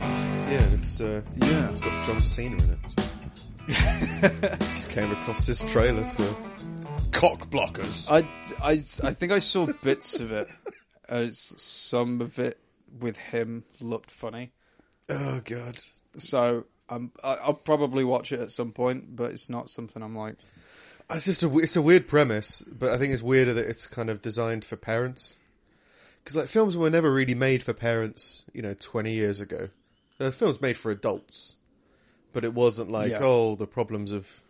Yeah, and it's uh, Yeah. it's got John Cena in it. Just came across this trailer for cock blockers. I, I, I think I saw bits of it. Uh, some of it with him looked funny. Oh god. So um, I, I'll probably watch it at some point, but it's not something I'm like. It's just a w- it's a weird premise, but I think it's weirder that it's kind of designed for parents. Because like films were never really made for parents, you know, twenty years ago. There were films made for adults, but it wasn't like Yeah. oh the problems of,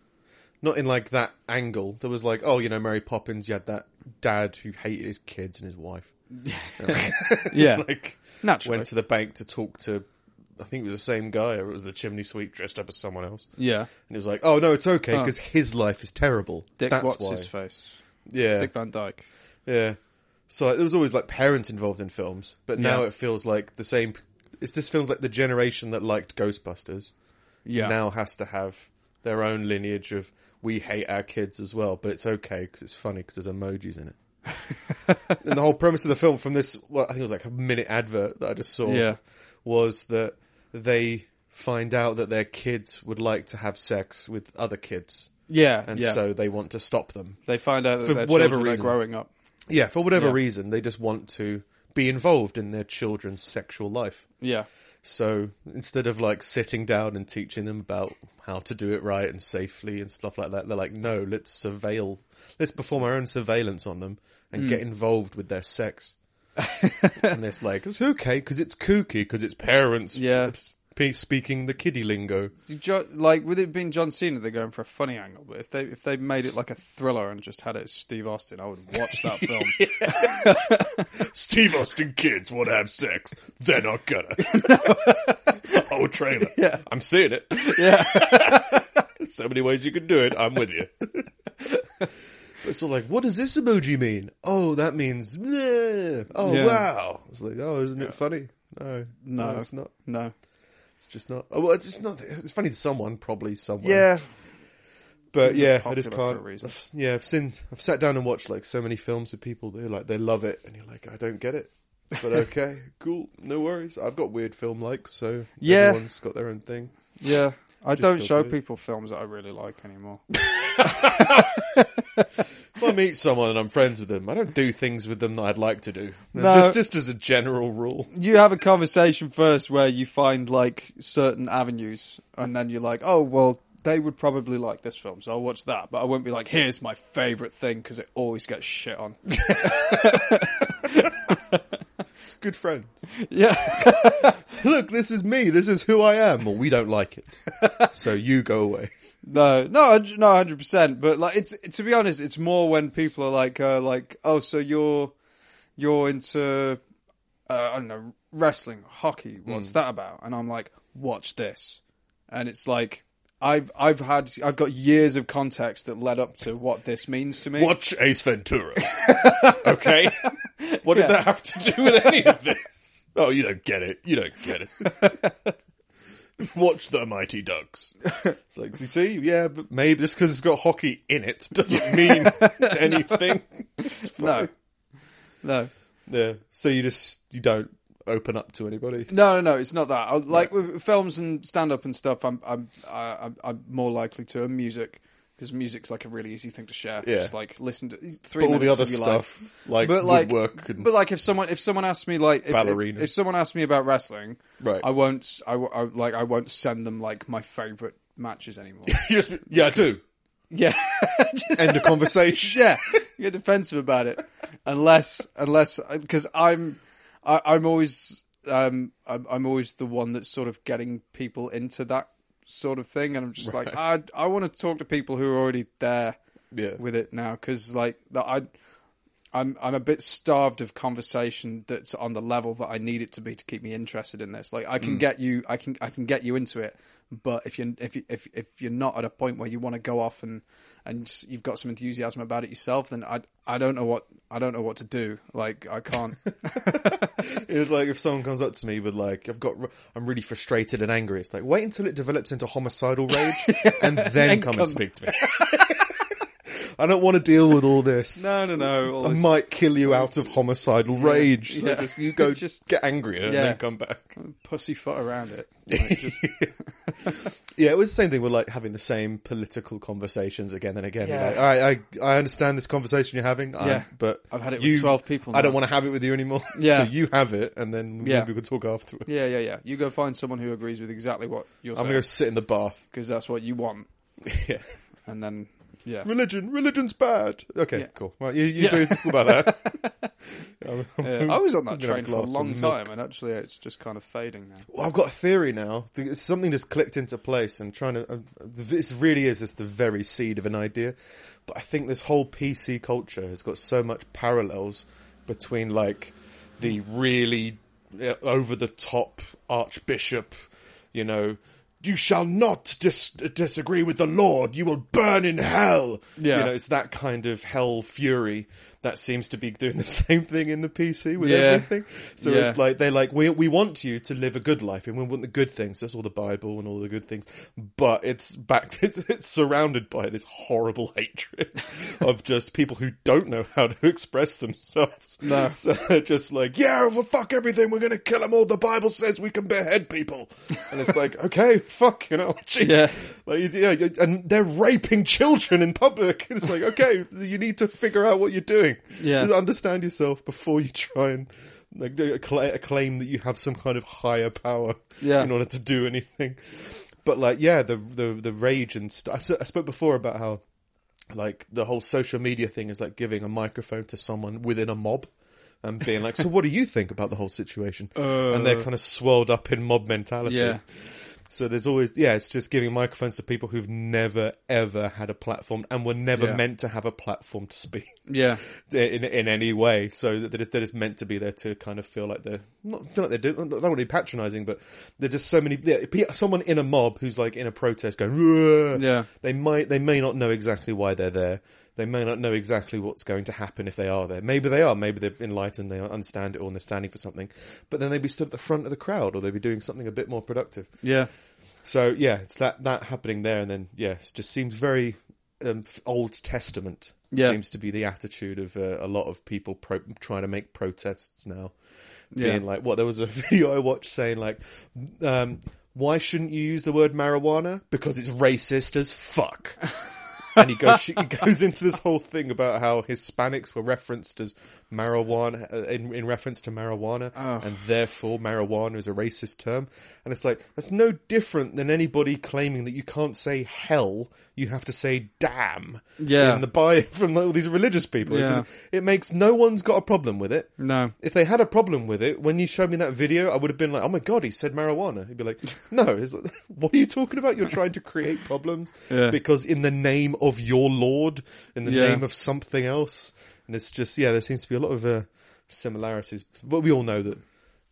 not in like that angle. There was like oh you know Mary Poppins, you had that dad who hated his kids and his wife. Yeah, like naturally. went to the bank to talk to, I think it was the same guy or it was the chimney sweep dressed up as someone else, yeah, and it was like oh no it's okay Oh. because his life is terrible. Dick That's what's why. his face? Yeah. Dick Van Dyke. Yeah. So like, there was always like parents involved in films, but now Yeah. it feels like the same. It's this feels like the generation that liked Ghostbusters Yeah, now has to have their own lineage of we hate our kids as well, but it's okay because it's funny because there's emojis in it. and the whole premise of the film from this, well, I think it was like a minute advert that I just saw, Yeah. was that they find out that their kids would like to have sex with other kids, yeah, and yeah. so they want to stop them. they find out that for their whatever children reason. are growing up. Yeah, for whatever Yeah. reason, they just want to be involved in their children's sexual life. Yeah, So instead of like sitting down and teaching them about how to do it right and safely and stuff like that, they're like, no, let's surveil, let's perform our own surveillance on them and get involved with their sex. and it's like, it's okay because it's kooky because it's parents Yeah. sp- speaking the kiddie lingo. So Jo- like with it being John Cena, they're going for a funny angle. But if they if they made it like a thriller and just had it as Steve Austin, I would watch that film. Steve Austin kids want to have sex. They're not gonna. the whole trailer. Yeah. I'm seeing it. Yeah. so many ways you can do it. I'm with you. It's all like, what does this emoji mean? Oh, that means, bleh. oh Yeah. wow. It's like, oh, isn't it funny? No, No, it's not. No. It's just not. Oh, well, it's just not. It's funny to someone, probably someone. Yeah, But yeah, I popular just for can't. a reason. I've- yeah, I've seen, I've sat down and watched like so many films with people. They're like, they love it, and you're like, I don't get it. But okay, cool, no worries. I've got weird film likes, so Yeah. everyone's got their own thing. yeah. I don't feel show free. people films that I really like anymore. If I meet someone and I'm friends with them, I don't do things with them that I'd like to do. No. Just, just as a general rule. you have a conversation first where you find like certain avenues and then you're like oh well they would probably like this film so i'll watch that but i won't be like here's my favorite thing because it always gets shit on It's good friends. yeah Look, this is me. This is who I am. Well, we don't like it, so you go away. no no hun- no 100% but like it's to be honest it's more when people are like uh, like oh so you're you're into uh, i don't know wrestling hockey what's that about and i'm like watch this and it's like I've I've had I've got years of context that led up to what this means to me. Watch Ace Ventura. okay? What did that have to do with any of this? Oh, you don't get it. You don't get it. Watch the Mighty Ducks. It's like, you see, yeah, but maybe just because it's got hockey in it doesn't mean anything. No. No. Yeah. So you just you don't open up to anybody. No, no, no, it's not that. I, like with films and stand up and stuff, I'm I'm I, I'm, I'm more likely to and music because music's like a really easy thing to share. Yeah. Just like listen to three But all the minutes other of your stuff, life. like But like, woodwork and but like if someone if someone asks me like if, if- Ballerina. if, someone asks me about wrestling, Right. I won't s- I, w- I- like I won't send them like my favorite matches anymore. you just, yeah, I do. yeah, End of conversation. yeah, get defensive about it, unless unless because I'm I, I'm always um I'm, I'm always the one that's sort of getting people into that sort of thing, and I'm just like I I want to talk to people who are already there Yeah. with it now because like that I. I'm I'm a bit starved of conversation that's on the level that I need it to be to keep me interested in this. Like I can get you, I can I can get you into it, but if you if you, if if you're not at a point where you want to go off and and you've got some enthusiasm about it yourself, then I I don't know what I don't know what to do. Like I can't. It was like if someone comes up to me with like, "I've got, I'm really frustrated and angry." It's like wait until it develops into homicidal rage, and then come and come. speak to me. I don't want to deal with all this. No, no, no. all I this- might kill you out of homicidal rage. So yeah. just you go, Just- get angrier, and Yeah. then come back. pussyfoot around it. Like, just- Yeah, it was the same thing. We're like having the same political conversations again and again. Yeah. Like, I, I, I understand this conversation you're having. Yeah. I, but I've had it with you- 12 people I don't now. want to have it with you anymore. Yeah. so you have it, and then Yeah. maybe we can talk afterwards. yeah, yeah, yeah. You go find someone who agrees with exactly what you're I'm saying gonna go sit in the bath. because that's what you want, yeah, and then yeah, religion, religion's bad. Okay, Yeah. cool. Right, you, you Yeah. do think about that. Um, I'm- I'm- I was on that I'm gonna have train for a glass of long milk. time, and actually, it's just kind of fading now. Well, I've got a theory now. Th- Something just clicked into place, and trying to. Uh, this really is just the very seed of an idea. But I think this whole PC culture has got so much parallels between like the really uh, over the top Archbishop, you know. You shall not dis- disagree with the Lord. You will burn in hell. Yeah. You know, it's that kind of hell fury that seems to be doing the same thing in the PC with Yeah. everything. So Yeah. it's like like they like we we want you to live a good life and we want the good things. That's all the Bible and all the good things, but it's back. It's, it's surrounded by this horrible hatred of just people who don't know how to express themselves. No. so they're just like yeah, well, fuck everything. We're gonna kill them all. The Bible says we can behead people, and it's like okay, fuck, you know, jeez. Yeah. Like, yeah, yeah, and they're raping children in public. It's like, okay, you need to figure out what you're doing. Yeah. Just understand yourself before you try and like do a cla- a claim that you have some kind of higher power Yeah. in order to do anything. But like, yeah, the the the rage and stuff. I s- I spoke before about how like the whole social media thing is like giving a microphone to someone within a mob and being like, so what do you think about the whole situation? and they're kind of swirled up in mob mentality. Uh. Yeah. So there's always, yeah, it's just giving microphones to people who've never ever had a platform and were never Yeah. meant to have a platform to speak Yeah, in in any way. So that that is, that is meant to be there to kind of feel like they're not feel like they're doing. I don't want to be patronising, but there's just so many. Yeah, pe- someone in a mob who's like in a protest going. "Ruah." Yeah. they might they may not know exactly why they're there. They may not know exactly what's going to happen if they are there. Maybe they are. Maybe they're enlightened. They understand it all and they're standing for something. But then they'd be stood at the front of the crowd or they'd be doing something a bit more productive. yeah, So yeah, it's that that happening there, and then yeah, it just seems very um, f- Old Testament. Yeah. seems to be the attitude of uh, a lot of people pro- trying to make protests now. Yeah. Being like, what? There was a video I watched saying like, um, why shouldn't you use the word marijuana? Because it's racist as fuck. and he goes she, he goes into this whole thing about how Hispanics were referenced as marijuana uh, in, in reference to marijuana, and therefore marijuana is a racist term. And it's like that's no different than anybody claiming that you can't say hell, you have to say damn. Yeah. in the buy from all these religious people, It's Yeah. just- it makes no one's got a problem with it. no, If they had a problem with it, when you showed me that video, I would have been like, "Oh my god, he said marijuana." He'd be like, "No, it's like, what are you talking about? You're trying to create problems Yeah. because in the name of your Lord, in the Yeah. name of something else." And it's just, yeah, there seems to be a lot of uh, similarities, but we all know that,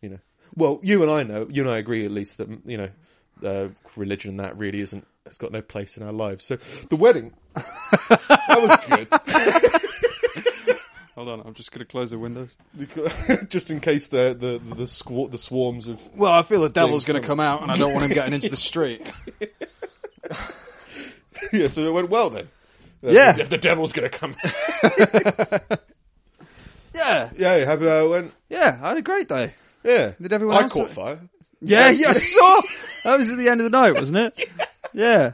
you know. Well, you and I know, you and I agree at least that you know, uh, religion and that really isn't. It's got no place in our lives. So the wedding, that was good. hold on, I'm just gonna close the windows. Because- just in case the the the, the, squat, the swarms of Well, I feel the devil's Things gonna come out, and I don't want him getting into the street. yeah, so it went well then. Uh, Yeah. if the devil's gonna come. Yeah, yeah, happy how it went. yeah, I had a great day. Yeah, Did everyone I else- caught fire. Yeah, yeah, I saw. That was at the end of the night, wasn't it? Yeah,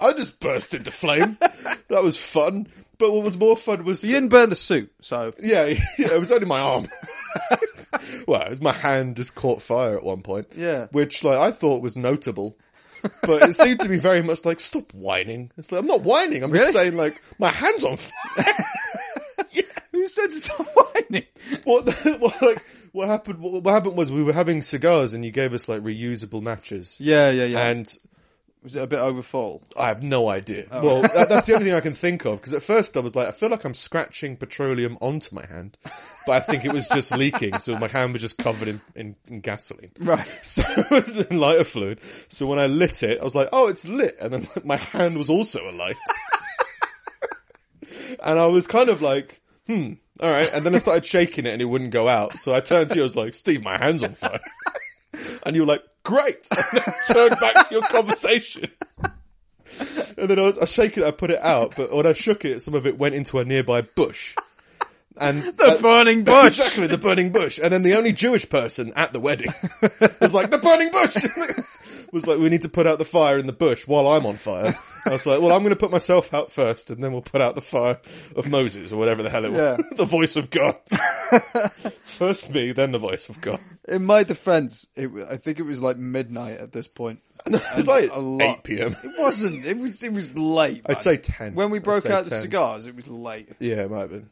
I just burst into flame. that was fun. But what was more fun was you didn't burn the suit, so yeah, yeah, it was only my arm. well, it was my hand just caught fire at one point. Yeah. which like I thought was notable. but it seemed to be very much like stop whining. It's like I'm not whining. I'm just Really? saying like my hands on fire. who said stop whining? what, the, what like what happened? What, what happened was we were having cigars and you gave us like reusable matches. Yeah, yeah, yeah. And Uh, was it a bit overfull? I have no idea. Well, that, that's the only thing I can think of because at first I was like, I feel like I'm scratching petroleum onto my hand, but I think it was just leaking, so my hand was just covered in, in, in gasoline. Right. So it was in lighter fluid. So when I lit it, I was like, oh, it's lit, and then my hand was also alight. and I was kind of like, hmm, all right. And then I started shaking it, and it wouldn't go out. So I turned to you, I was like, Steve, my hand's on fire. and you were like, great. And then turned back to your conversation. And then I was I shake it, I put it out, but when I shook it, some of it went into a nearby bush. And The burning bush. Exactly, the burning bush. And then the only Jewish person at the wedding was like, the burning bush! was like, we need to put out the fire in the bush while I'm on fire. I was like, well, I'm going to put myself out first and then we'll put out the fire of Moses or whatever the hell it Yeah. was. the voice of God. first me, then the voice of God. In my defense, it, wa- I think it was like midnight at this point. It was like a lot. 8 p.m. It wasn't. It was. It was late. man. I'd say 10. when we I'd broke say out the 10. cigars, it was late. Yeah, it might have been.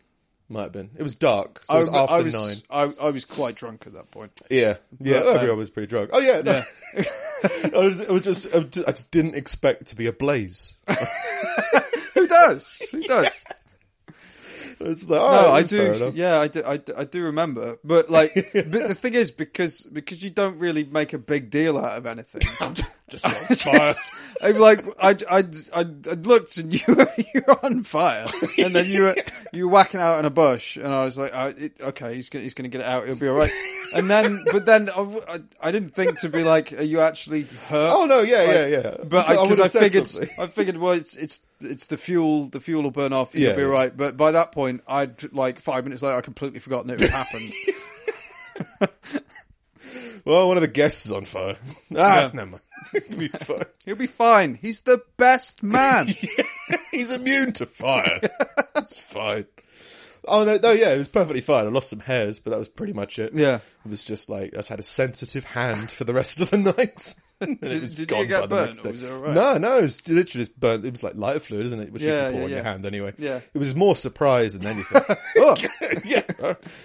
Might have been. It was dark. So it was I, after I was, nine. I, I was quite drunk at that point. Yeah, yeah. But, I um, was pretty drunk. Oh yeah, no. I, was, I was just, I just, I just didn't expect to be ablaze. I Who does? Who does? was like, all right, No, I that's Oh, fair do. enough. Yeah, I do, I, do- I do remember. But like, but the thing is, because because you don't really make a big deal out of anything. Just got fire. I'm like, I, I, I, I looked and you were, you were on fire, and then you were you were whacking out in a bush, and I was like, I, it, okay, he's gonna, he's gonna get it out, he'll be all right. And then, but then I, w- I- I didn't think to be like, are you actually hurt? oh no, yeah, yeah, yeah. But I, would because I, have said figured, something. I figured, well, it's it's it's the fuel. The fuel will burn off. You'll Yeah, be yeah. right. But by that point, I'd like five minutes later, I completely forgotten it had happened. Well, one of the guests is on fire. Ah, never mind. It'll be fine. He'll be fine. He's the best man. He's immune to fire. it's fine. Oh no, no, yeah, it was perfectly fine. I lost some hairs, but that was pretty much it. Yeah. it was just like I just had a sensitive hand for the rest of the night. And it Did- was did you gone get by the burnt, next or day. was it all right? No, no, it was literally just burnt. It was like lighter fluid, isn't it? Which you Yeah, can pour yeah, on yeah. your hand anyway. Yeah. it was more surprise than anything. Oh. yeah,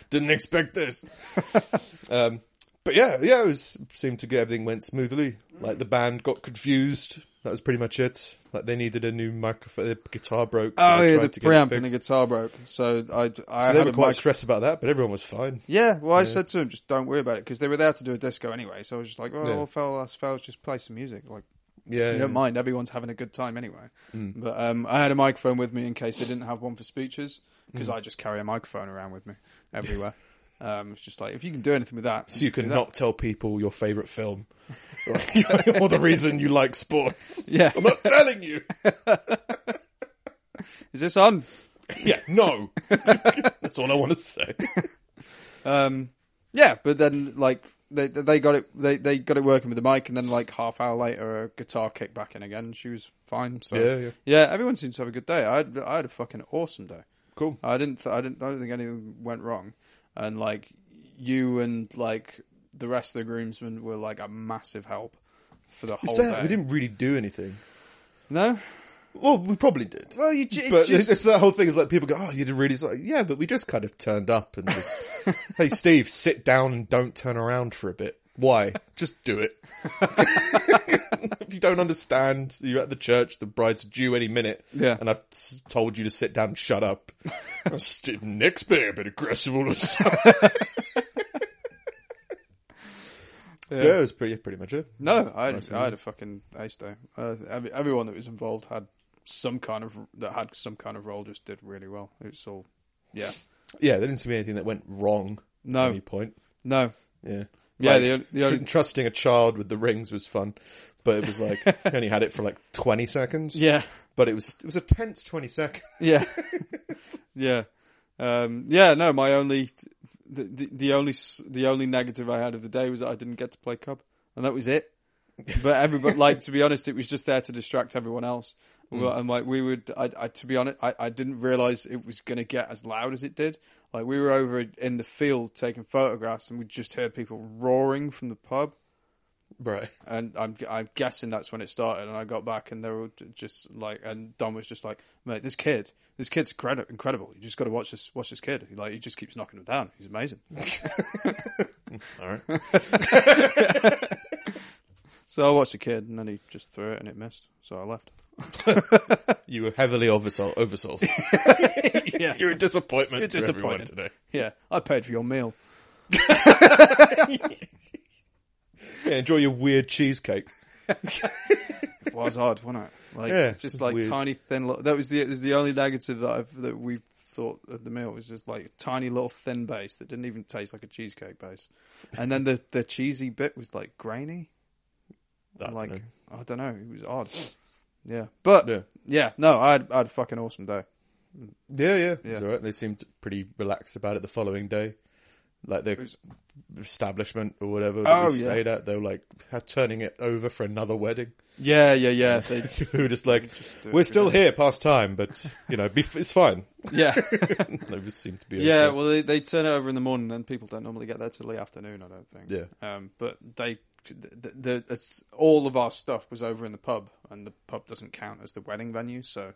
didn't expect this. um, but yeah, yeah, it was seemed to get everything went smoothly. Like the band got confused. That was pretty much it. Like they needed a new microphone. The guitar broke. so Oh I yeah, tried the to get it preamp and the fixed. guitar broke. So I, I So they had were a quite mic. stressed about that, but everyone was fine. Yeah, well, I said to him, just don't worry about it because they were there to do a disco anyway. So I was just like, well, Yeah. all fellas, fellas, just play some music. Like, Yeah, you don't mind. Everyone's having a good time anyway. Hmm. But um, I had a microphone with me in case they didn't have one for speeches because Hmm. I just carry a microphone around with me everywhere. um, it's just like if you can do anything with that, So you do can that. not tell people your favorite film or the reason you like sports. Yeah. I'm not telling you. Is this on? Yeah, no. That's all I want to say. Um, yeah, but then like they they got it they they got it working with the mic, and then like half hour later, a guitar kicked back in again. She was fine. So Yeah, yeah. everyone seems to have a good day. I had, I had a fucking awesome day. Cool. I didn't th- I didn't I don't think anything went wrong, and like you and like the rest of the groomsmen were like a massive help for the whole So, day. we didn't really do anything. No, Well, we probably did. well you j- it But just- it's, it's that whole thing is like people go, oh, you did really. It's like, yeah, but we just kind of turned up and just, hey, Steve, sit down and don't turn around for a bit. Why? Just do it. if you don't understand, you're at the church, the bride's due any minute. Yeah. And I've s- told you to sit down and shut up. That's- Next bit, a bit aggressive all of a sudden. yeah. it was pretty, pretty much it. No, I had, I had a fucking ace day. Uh, every- everyone that was involved had some kind of that had some kind of role. Just did really well. It was all, yeah. Yeah, there didn't seem to be anything that went wrong No. at any point. No, Yeah. Yeah, Like, the on- the tr- only- trusting a child with the rings was fun, but it was like I only had it for like twenty seconds. yeah, But it was it was a tense twenty seconds. yeah, yeah, um, yeah. No, my only the, the the only s- the only negative I had of the day was that I didn't get to play Cub, and that was it. But everybody, like to be honest, it was just there to distract everyone else. Well, And like we would, I, I to be honest, I, I didn't realize it was going to get as loud as it did. Like we were over in the field taking photographs, and we just heard people roaring from the pub. Right. And I'm I'm guessing that's when it started. And I got back, and they were j- just like, and Don was just like, "Mate, this kid, this kid's incredi- incredible. You just got to watch this, watch this kid. He, like, he just keeps knocking him down. He's amazing." All right. So I watched the kid, and then he just threw it, and it missed. So I left. You were heavily oversold. Oversold. yeah, You're a disappointment You're to everyone disappointed. today. yeah. I paid for your meal. Yeah, enjoy your weird cheesecake. It was hard, wasn't it? Like, Yeah, it's just like weird. tiny thin. Little, that was the it was the only negative that I've, that we thought of the meal was just like a tiny little thin base that didn't even taste like a cheesecake base, and then the the cheesy bit was like grainy. That like thing. I don't know, it was odd. Yeah, but yeah, Yeah. no, I had, I had a fucking awesome day. Yeah, yeah. Yeah. It's all right. They seemed pretty relaxed about it the following day. Like their establishment or whatever that Oh, we yeah. stayed at, they were like ha- turning it over for another wedding. Yeah, yeah, yeah, they, we were just like, do it we're still here past time, but, you know, be- it's fine. yeah, they just seemed to be okay. yeah. Well, they, they turn it over in the morning, and people don't normally get there till the afternoon. I don't think. Yeah. Um, but they, the, the it's, all of our stuff was over in the pub, and the pub doesn't count as the wedding venue, so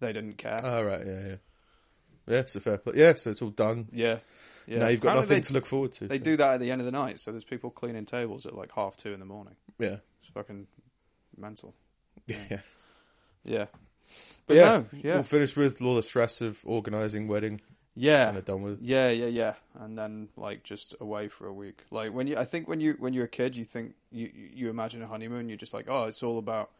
they didn't care. All right, yeah, yeah. Yeah, it's a fair play. Yeah, so it's all done. yeah. Yeah. Now you've got Apparently nothing they- to look forward to. They so- do that at the end of the night, so there's people cleaning tables at like half two in the morning. Yeah. It's fucking mental. Yeah. Yeah. But But yeah, no, yeah. We'll finish with all the stress of organising wedding yeah. and they're done with. Yeah, yeah, yeah. And then like just away for a week. Like when you I think when you when you're a kid you think you you you imagine a honeymoon, you're just like, Oh, it's all about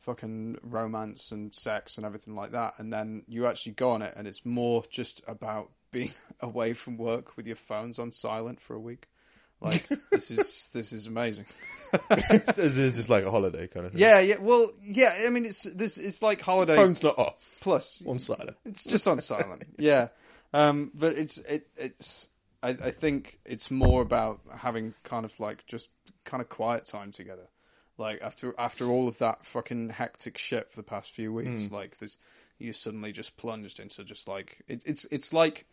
fucking romance and sex and everything like that and then you actually go on it and it's more just about being away from work with your phones on silent for a week. Like this is this is amazing. it's, it's just like a holiday kind of thing. Yeah, yeah. Well, yeah. I mean, it's this. It's like holiday Phone's not off. plus. One slider. It's just on silent. yeah, um, but it's it it's. I, I think it's more about having kind of like just kind of quiet time together. Like after after all of that fucking hectic shit for the past few weeks, Hmm. like there's, you suddenly just plunged into just like it, it's it's like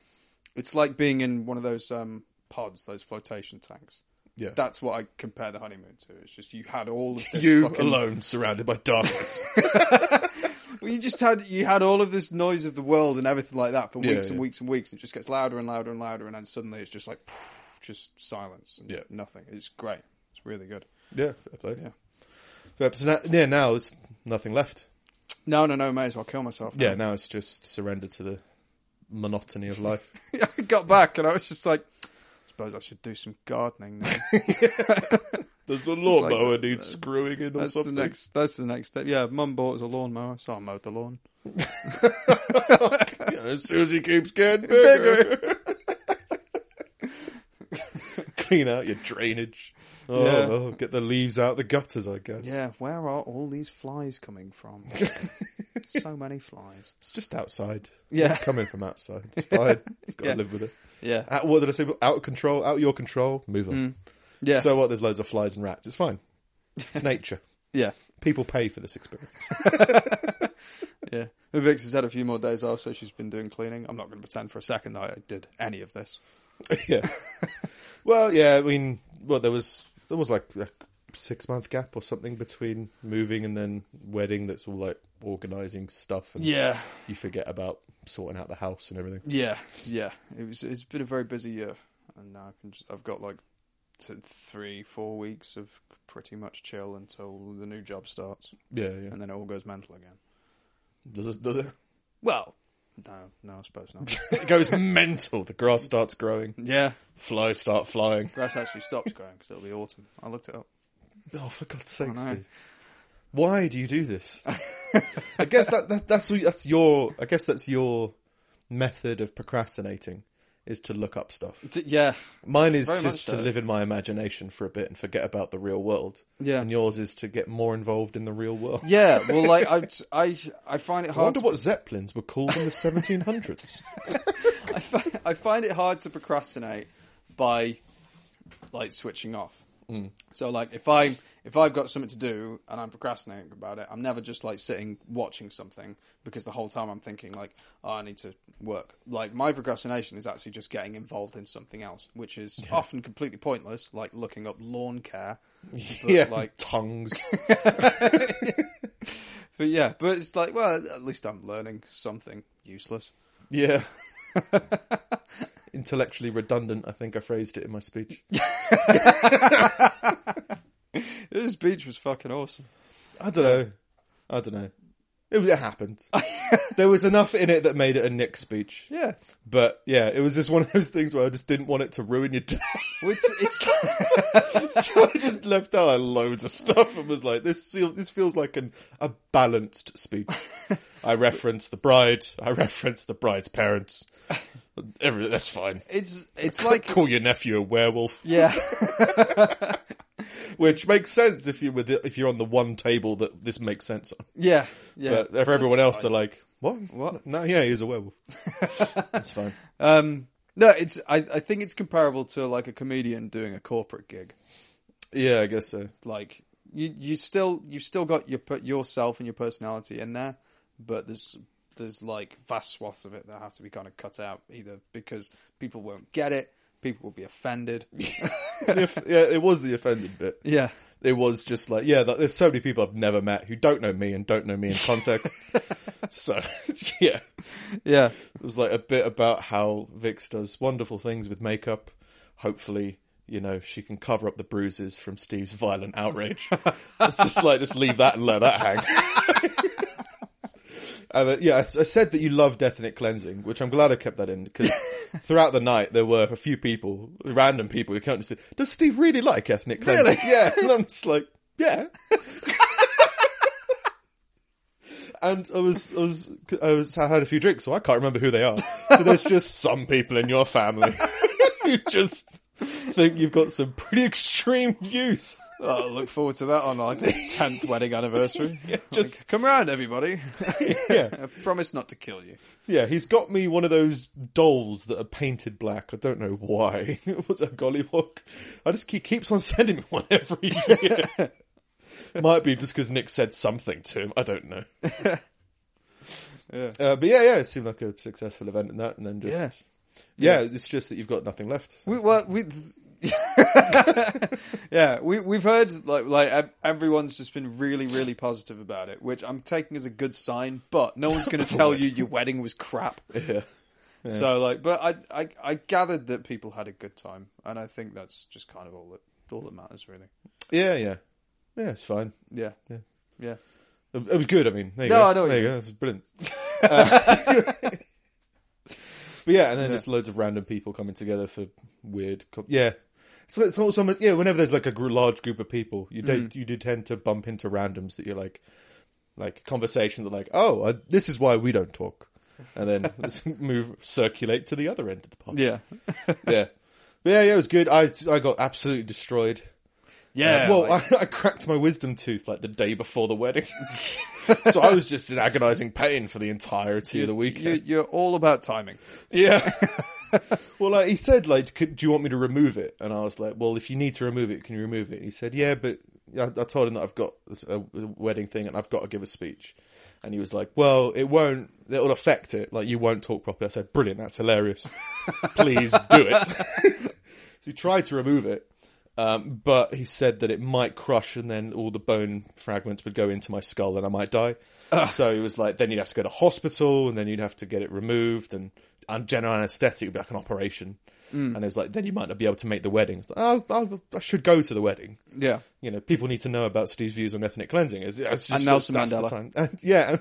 it's like being in one of those um, pods, those flotation tanks. Yeah. That's what I compare the honeymoon to. It's just you had all of this you fucking- alone, surrounded by darkness. Well, you just had you had all of this noise of the world and everything like that for weeks Yeah, and yeah. weeks and weeks, and it just gets louder and louder and louder, and then suddenly it's just like just silence and Yeah. nothing. It's great. It's really good. yeah, fair play. Yeah. Fair play. So now, yeah, now there's nothing left. No, no, no. May as well kill myself. Yeah, now it's just surrender to the monotony of life. I got back and I was just like, I suppose I should do some gardening. Now. There's the lawnmower needs screwing in That's the next. That's the next step. Yeah, Mum bought us a lawnmower, so I mowed the lawn. Susie keeps getting bigger. Clean out your drainage. Oh, Yeah. well, get the leaves out the gutters, I guess. Yeah, where are all these flies coming from? so many flies. It's just outside. Yeah. It's coming from outside. It's fine. It's got to Yeah. live with it. Yeah, Out, what did I say? Out of control, out of your control. Move on. Mm, yeah, So what? There's loads of flies and rats. It's fine. It's nature. yeah. People pay for this experience. Yeah. Vix has had a few more days off, so she's been doing cleaning. I'm not going to pretend for a second that I did any of this. yeah. Well, yeah. I mean, well, there was there was like a six month gap or something between moving and then wedding. That's all like organising stuff, and Yeah, you forget about sorting out the house and everything. yeah, yeah. It was. It's been a very busy year, and now I can just, I've got like t- three, four weeks of pretty much chill until the new job starts, Yeah, yeah. and then it all goes mental again. Does it? Does it? Well, no, no, I suppose not. It goes mental. The grass starts growing. yeah, Flies start flying. grass actually stops growing because it'll be autumn. I looked it up. Oh, for God's sake, know. Steve! Why do you do this? I guess that, that that's that's your. I guess that's your method of procrastinating is to look up stuff. It's, yeah, Mine is Very much just to so. live in my imagination for a bit and forget about the real world. Yeah. and yours is to get more involved in the real world. yeah. Well, like I, I, I find it I hard. wonder what zeppelins were called in the 1700s. I, fi- I find it hard to procrastinate by like switching off. Mm. So like if I if I've got something to do and I'm procrastinating about it, I'm never just like sitting watching something because the whole time I'm thinking like oh, I need to work. Like my procrastination is actually just getting involved in something else, which is often completely pointless, like looking up lawn care. But, yeah, like- like tongues. But yeah, but it's like well, at least I'm learning something useless. Yeah. Intellectually redundant, I think I phrased it in my speech. This beach was fucking awesome. I don't know. I don't know. It, was- it happened. there was enough in it that made it a Nick speech. Yeah. But yeah, it was just one of those things where I just didn't want it to ruin your day. Well, it's it's so I just left out like, loads of stuff and was like, "This feels this feels like an a balanced speech." I reference the bride. I reference the bride's parents. Every, that's fine. it's it's like Call your nephew a werewolf. yeah. which makes sense if you with the, if you're on the one table that this makes sense on. Yeah, yeah. but for everyone else, they're like, "What? What? No, yeah, he's a werewolf. That's fine." um, no, it's. I, I think it's comparable to like a comedian doing a corporate gig. Yeah, I guess so. It's like you, you still, you've still got your per- yourself and your personality in there, but there's, there's like vast swaths of it that have to be kind of cut out either because people won't get it, people will be offended. The off- yeah, it was the offended bit. yeah, It was just like, yeah, that, there's so many people I've never met who don't know me and don't know me in context. so, yeah, yeah, it was like a bit about how Vix does wonderful things with makeup. Hopefully, you know, she can cover up the bruises from Steve's violent outrage. Let's just like just leave that and let that hang. And uh, yeah, I, s- I said that you loved ethnic cleansing, which I'm glad I kept that in because throughout the night there were a few people, random people who came up and said, "Does Steve really like ethnic cleansing?" Yeah, and I'm just like, "Yeah." and I was, I was, I was, I had a few drinks, so I can't remember who they are. So there's just some people in your family who just think you've got some pretty extreme views. Oh, I look forward to that on like the 10th wedding anniversary. just- Like, come around, everybody. Yeah, I promise not to kill you. yeah. He's got me one of those dolls that are painted black. I don't know why. What's a gollywog? I just he keeps on sending me one every year. Might be just because Nick said something to him. I don't know. Yeah. Uh, but yeah, yeah, it seemed like a successful event and that, and then just Yes. yeah, it's just that you've got nothing left. We, well, we, yeah, we we've heard like like ev- everyone's just been really really positive about it, which I'm taking as a good sign. But no one's going to tell you your wedding was crap. Yeah. So like, but I, I I gathered that people had a good time, and I think that's just kind of all that all that matters really. Yeah, yeah. Yeah, it's fine. Yeah, Yeah. yeah. It it was good, I mean. There you No, go. I know what There you you go. It was brilliant. Uh, but yeah, and then there's loads of random people coming together for weird. Co- yeah. So it's also almost, yeah, whenever there's like a gr- large group of people, you do, you do tend to bump into randoms that you're like, like conversation that like, oh, I, this is why we don't talk. And then let's move, circulate to the other end of the park. Yeah, yeah. But yeah, yeah, it was good. I, I got absolutely destroyed. yeah. well, like- I, I cracked my wisdom tooth like the day before the wedding, so I was just in agonising pain for the entirety of the You're, weekend. you're all about timing. yeah. well, like, he said, like, could, do you want me to remove it? And I was like, well, if you need to remove it, can you remove it? And he said, yeah, but I, I told him that I've got this- a wedding thing and I've got to give a speech. And he was like, well, it won't. It'll affect it. Like, you won't talk properly. I said, brilliant. That's hilarious. Please do it. So he tried to remove it, um, but he said that it might crush and then all the bone fragments would go into my skull and I might die. So he was like, then you'd have to go to hospital and then you'd have to get it removed and, and general anesthetic would be like an operation. And it was like, then you might not be able to make the wedding. It's like, oh, I'll- I should go to the wedding. Yeah, You know, people need to know about Steve's views on ethnic cleansing. It's, it's just, And Nelson that's the Mandela. time. And- yeah.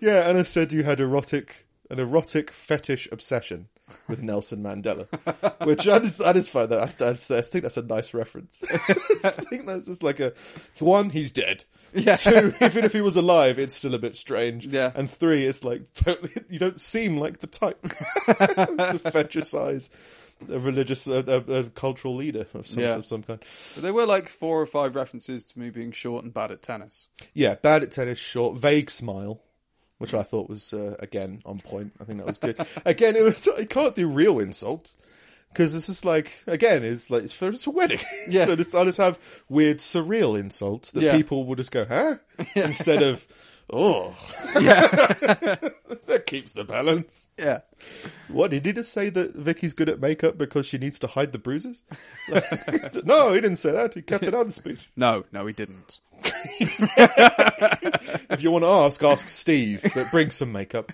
yeah, and I said you had erotic, an erotic fetish obsession with Nelson Mandela, which I just, I just find that, I, I just- I think that's a nice reference. I think that's just like a, one, he's dead. Yeah. Two, even if he was alive, it's still a bit strange. Yeah. And three, it's like totally, you don't seem like the type to fetishize a religious, a, a, a cultural leader of some, Yeah. of some kind. but there were like four or five references to me being short and bad at tennis. Yeah, bad at tennis, short, vague smile, which I thought was uh, again on point. I think that was good. again, it was I can't do real insult because this is like again, it's like it's for it's a wedding. Yeah. so just, I'll just have weird, surreal insults that Yeah. people will just go, huh, instead of oh, Yeah, that keeps the balance. yeah. What did he just say that Vicky's good at makeup because she needs to hide the bruises? Like, no, he didn't say that. He kept it out of the speech. No, no, he didn't. If you want to ask, ask Steve, but bring some makeup.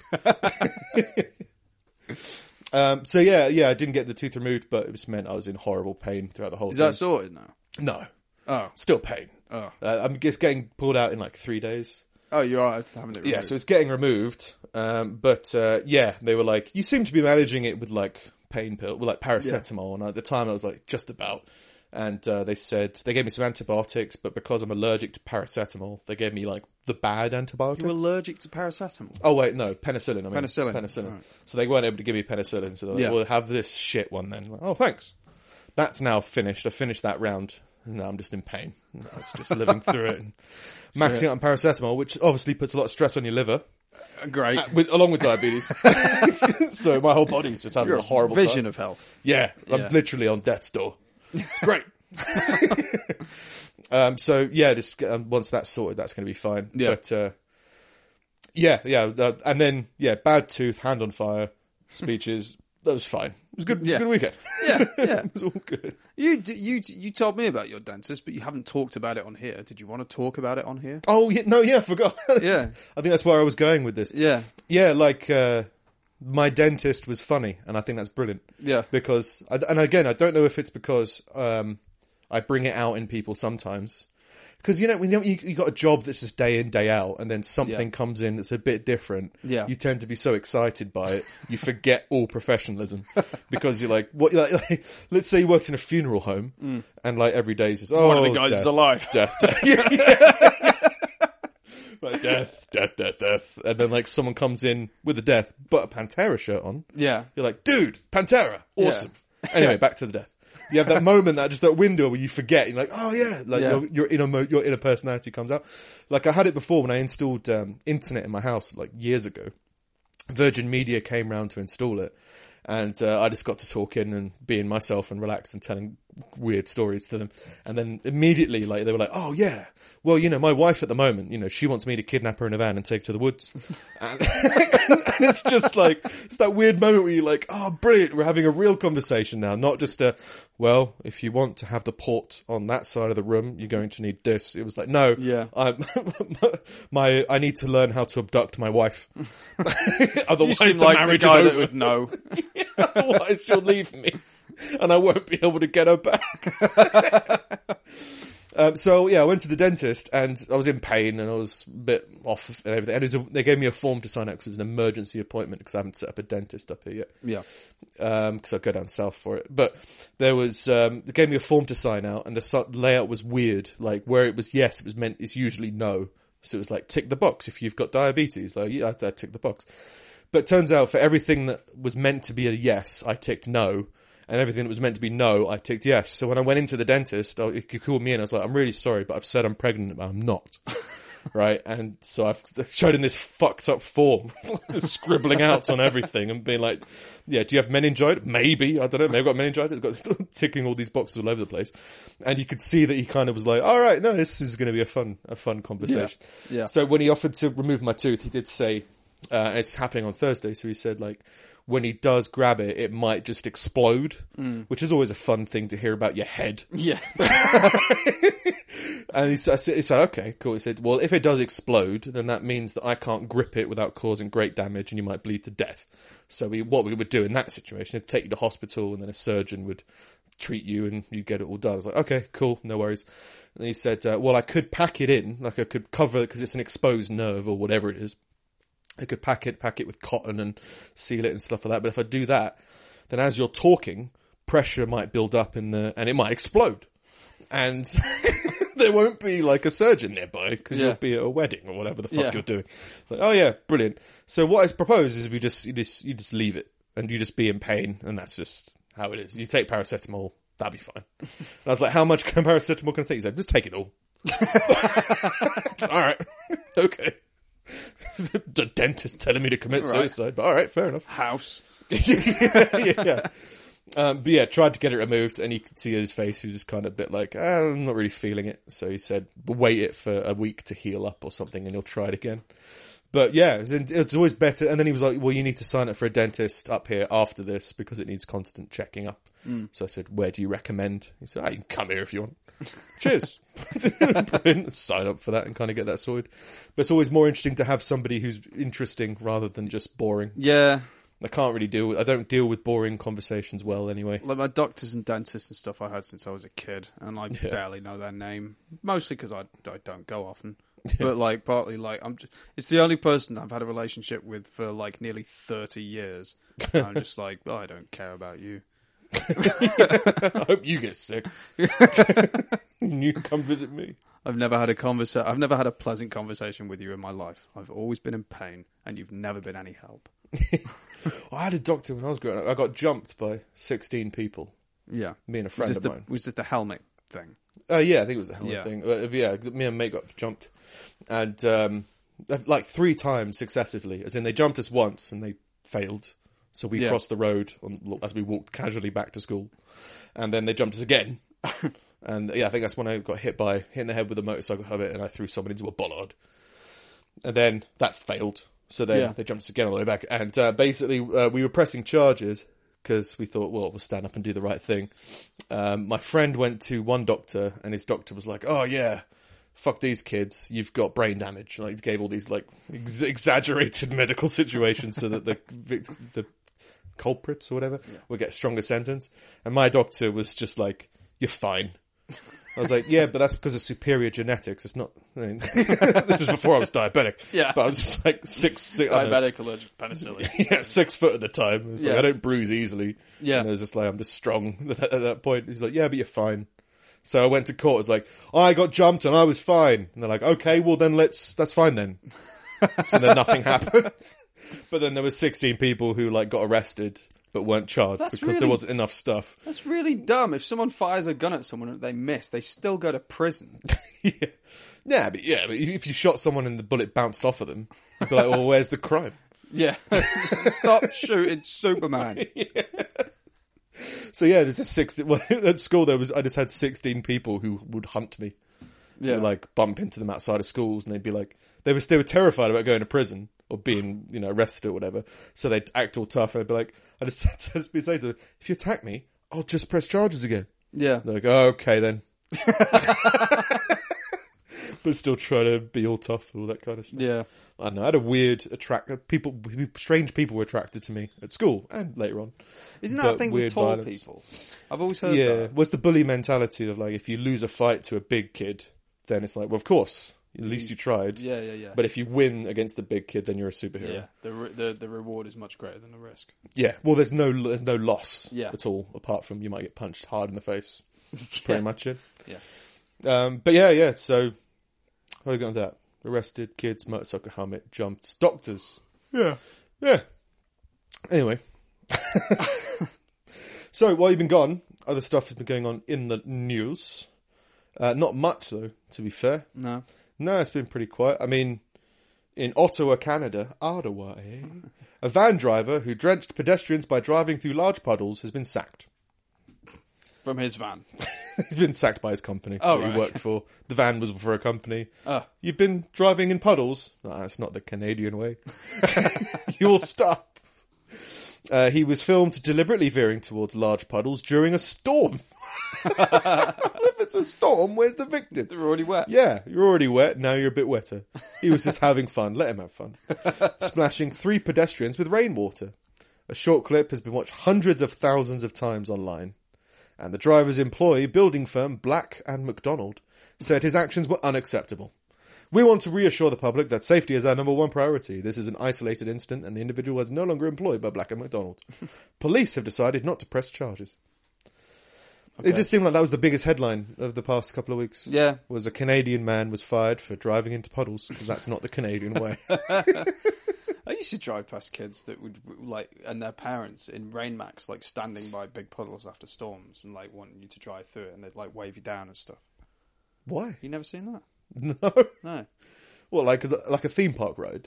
um, so yeah, yeah, I didn't get the tooth removed, but it was meant I was in horrible pain throughout the whole Is thing. that sorted now? no, Oh, still pain. Oh. Uh, I'm just getting pulled out in like three days. oh, you are having it removed. Yeah, so it's getting removed. Um, but uh, yeah, they were like, you seem to be managing it with like pain pill, with like paracetamol. And at the time, I was like, just about. And uh, they said they gave me some antibiotics, but because I'm allergic to paracetamol, they gave me like the bad antibiotics. You're allergic to paracetamol. Oh wait, no, penicillin. I mean, Penicillin. Penicillin. So they weren't able to give me penicillin. So they're like, Yeah. "Well, have this shit one then." Like, oh, thanks. That's now finished. I finished that round. and Now I'm just in pain. I was just living through it. And maxing out on paracetamol, which obviously puts a lot of stress on your liver, Uh, Great. with, along with diabetes. so my whole body's just having You're a horrible vision Time. of health. Yeah, I'm Yeah. literally on death's door. It's great. um, so yeah, just get- um, once that's sorted, that's going to be fine. Yeah. But uh, yeah, yeah, that, and then yeah, bad tooth, hand on fire, speeches. that was fine. It was a good. Yeah. Good weekend. Yeah, yeah. it was all good. You d- you d- you told me about your dentist, but you haven't talked about it on here. Did you want to talk about it on here? Oh yeah, no, yeah, I forgot. Yeah. I think that's where I was going with this. Yeah, Yeah, like uh, my dentist was funny, and I think that's brilliant. Yeah. because I- and again, I don't know if it's because um, I bring it out in people sometimes. Because you know when you, you you got a job that's just day in day out, and then something Yeah. comes in that's a bit different. Yeah. you tend to be so excited by it, you forget all professionalism because you're like, what? Like, like, let's say you worked in a funeral home, and like every day is just oh, Mm. One of the guys death, is alive." death, death. Yeah, yeah. Like, death, death, death, death, and then like someone comes in with a death, but a Pantera shirt on. yeah, You're like, dude, Pantera, awesome. Anyway, back to the death. You have that moment that just that window where you forget. You're like, oh yeah, like Yeah. Your, your inner mo- your inner personality comes out. Like I had it before when I installed um, internet in my house like years ago. Virgin Media came round to install it, and uh, I just got to talking and being myself and relaxed and telling weird stories to them. And then immediately, like they were like, "Oh yeah, well you know my wife at the moment, you know she wants me to kidnap her in a van and take her to the woods." and, and it's just like it's that weird moment where you're like, "Oh brilliant, we're having a real conversation now, not just a well if you want to have the port on that side of the room, you're going to need this." It was like, "No, Yeah. I, my I need to learn how to abduct my wife." Otherwise, the marriage is over. would know. Otherwise, she'll leave me, and I won't be able to get her back. um, so yeah, I went to the dentist, and I was in pain, and I was a bit off and everything. And it was a, they gave me a form to sign up because it was an emergency appointment because I haven't set up a dentist up here yet yeah, because um, I go down south for it. But there was um, they gave me a form to sign out, and the su- layout was weird. Like where it was yes, it was meant it's usually no. So it was like tick the box if you've got diabetes. Like yeah, I, I tick the box. But it turns out for everything that was meant to be a yes, I ticked no. And everything that was meant to be no, I ticked yes. So when I went into the dentist, I, he called me in. I was like, I'm really sorry, but I've said I'm pregnant, but I'm not. right? And so I've showed him this fucked up form, just scribbling out on everything and being like, yeah, do you have meningitis? Maybe. I don't know. Maybe I've got meningitis. Got ticking all these boxes all over the place. And you could see that he kind of was like, all right, no, this is going to be a fun, a fun conversation. Yeah. So when he offered to remove my tooth, he did say, uh, and it's happening on Thursday. So he said like, when he does grab it, it might just explode, Mm. which is always a fun thing to hear about your head. yeah, And he, s- I s- he said, okay, cool. He said, well, if it does explode, then that means that I can't grip it without causing great damage and you might bleed to death. So we, what we would do in that situation is take you to hospital and then a surgeon would treat you and you'd get it all done. I was like, okay, cool, no worries. And he said, uh, well, I could pack it in, like I could cover it because it's an exposed nerve or whatever it is. I could pack it, pack it with cotton and seal it and stuff like that. But if I do that, then as you're talking, pressure might build up in the, and it might explode. And there won't be like a surgeon nearby because Yeah. you'll be at a wedding or whatever the fuck Yeah. you're doing. It's like, oh yeah, brilliant. So what I propose is we just, you just, you just leave it and you just be in pain and that's just how it is. You take paracetamol, that'll be fine. And I was like, how much can paracetamol can I take? He said, just take it all. all right. Okay. the dentist telling me to commit suicide, but all right, fair enough. house. yeah, yeah. Um, but yeah, tried to get it removed, and you could see his face. He was just kind of a bit like, "Ah, I'm not really feeling it. So he said, wait it for a week to heal up or something, and he'll try it again. But yeah, it was, it's always better. And then he was like, well, you need to sign up for a dentist up here after this because it needs constant checking up. So I said, where do you recommend? He said, I can come here if you want. Cheers. Brilliant. Sign up for that and kind of get that sorted. But it's always more interesting to have somebody who's interesting rather than just boring. Yeah, I can't really deal with. I don't deal with boring conversations well anyway. like my doctors and dentists and stuff I had since I was a kid, and I barely know their name, mostly because I, I don't go often. But like partly like I'm, just, it's the only person I've had a relationship with for like nearly thirty years. And I'm just like "Oh, I don't care about you. I hope you get sick. and you come visit me. I've never had a conversa- I've never had a pleasant conversation with you in my life. I've always been in pain, and you've never been any help. I had a doctor when I was growing up. I got jumped by sixteen people Yeah. Me and a Was friend this, of the, mine. was this the helmet thing? Uh, yeah, I think it was the helmet Yeah. thing. Uh, yeah, me and mate got jumped, and um, like three times successively. As in, they jumped us once and they failed, so we Yeah. crossed the road on, as we walked casually back to school, and then they jumped us again. and yeah, I think that's when I got hit by hit in the head with a motorcycle helmet, and I threw someone into a bollard. And then that's failed. So then Yeah. they jumped us again all the way back, and uh, basically uh, we were pressing charges because we thought, well, we'll stand up and do the right thing um, my friend went to one doctor and his doctor was like, oh yeah, fuck these kids, you've got brain damage. Like gave all these like ex- exaggerated medical situations so that the vic- the culprits or whatever would get a stronger sentence. And my doctor was just like, you're fine. I was like, yeah, but that's because of superior genetics. It's not. I mean, this was before I was diabetic. Yeah. but I was just like six, six I don't know, Diabetic allergic penicillin. yeah, six foot at the time. It was like, Yeah. I don't bruise easily. Yeah. And it was just like, I'm just strong at that point. He's like, yeah, but you're fine. So I went to court. It's like, oh, I got jumped and I was fine. And they're like, okay, well then let's, that's fine then. so then nothing happened. But then there were 16 people who like got arrested but weren't charged That's because there really- wasn't enough stuff. That's really dumb. If someone fires a gun at someone and they miss, they still go to prison. yeah. Yeah, but yeah, but if you shot someone and the bullet bounced off of them, you'd be like, well, where's the crime? Yeah. Stop shooting Superman. So yeah, there's a six. Well, at school there was I just had 16 people who would hunt me. Yeah. would, like bump into them outside of schools, and they'd be like, they were they were terrified about going to prison or being you know arrested or whatever. So they'd act all tough. I'd be like, I just had to just be saying to them, if you attack me, I'll just press charges again. yeah. They're like, oh, okay then. but still trying to be all tough and all that kind of stuff. Yeah. I don't know. I had a weird attract. People, strange people were attracted to me at school and later on. Isn't that a But thing with weird tall violence. people? I've always heard Yeah, that. was the bully mentality of like if you lose a fight to a big kid, then it's like, well, of course, at least you tried. Yeah, yeah, yeah. But if you win against the big kid, then you're a superhero. yeah, Yeah. the, re- the the reward is much greater than the risk. Well, there's no there's no loss Yeah. at all, apart from you might get punched hard in the face. That's pretty much it. Yeah. Um, but yeah, yeah. So how are we going with that? Arrested kids, motorcycle helmet, jumped, doctors. Yeah. Yeah. Anyway. so while you've been gone, other stuff has been going on in the news. Uh, not much though, to be fair. No. No, it's been pretty quiet. I mean, in Ottawa, Canada, Ottawa, eh? a van driver who drenched pedestrians by driving through large puddles has been sacked. From his van. He's been sacked by his company Oh, that right, he worked for. The van was for a company. Oh. You've been driving in puddles. No, that's not the Canadian way. You'll stop. Uh, he was filmed deliberately veering towards large puddles during a storm. if it's a storm, where's the victim? They're already wet. Yeah, you're already wet. Now you're a bit wetter. He was just having fun. Let him have fun. Splashing three pedestrians with rainwater. A short clip has been watched hundreds of thousands of times online. And the driver's employee, building firm Black and McDonald, said his actions were unacceptable. We want to reassure the public that safety is our number one priority. This is an isolated incident, and the individual was no longer employed by Black and McDonald. Police have decided not to press charges. It just seemed like that was the biggest headline of the past couple of weeks Yeah. was a Canadian man was fired for driving into puddles because that's not the Canadian way. I used to drive past kids that would like, and their parents in rain max, like standing by big puddles after storms, and like wanting you to drive through it, and they'd like wave you down and stuff. Why? You never seen that? No. No. Well, like like a theme park ride.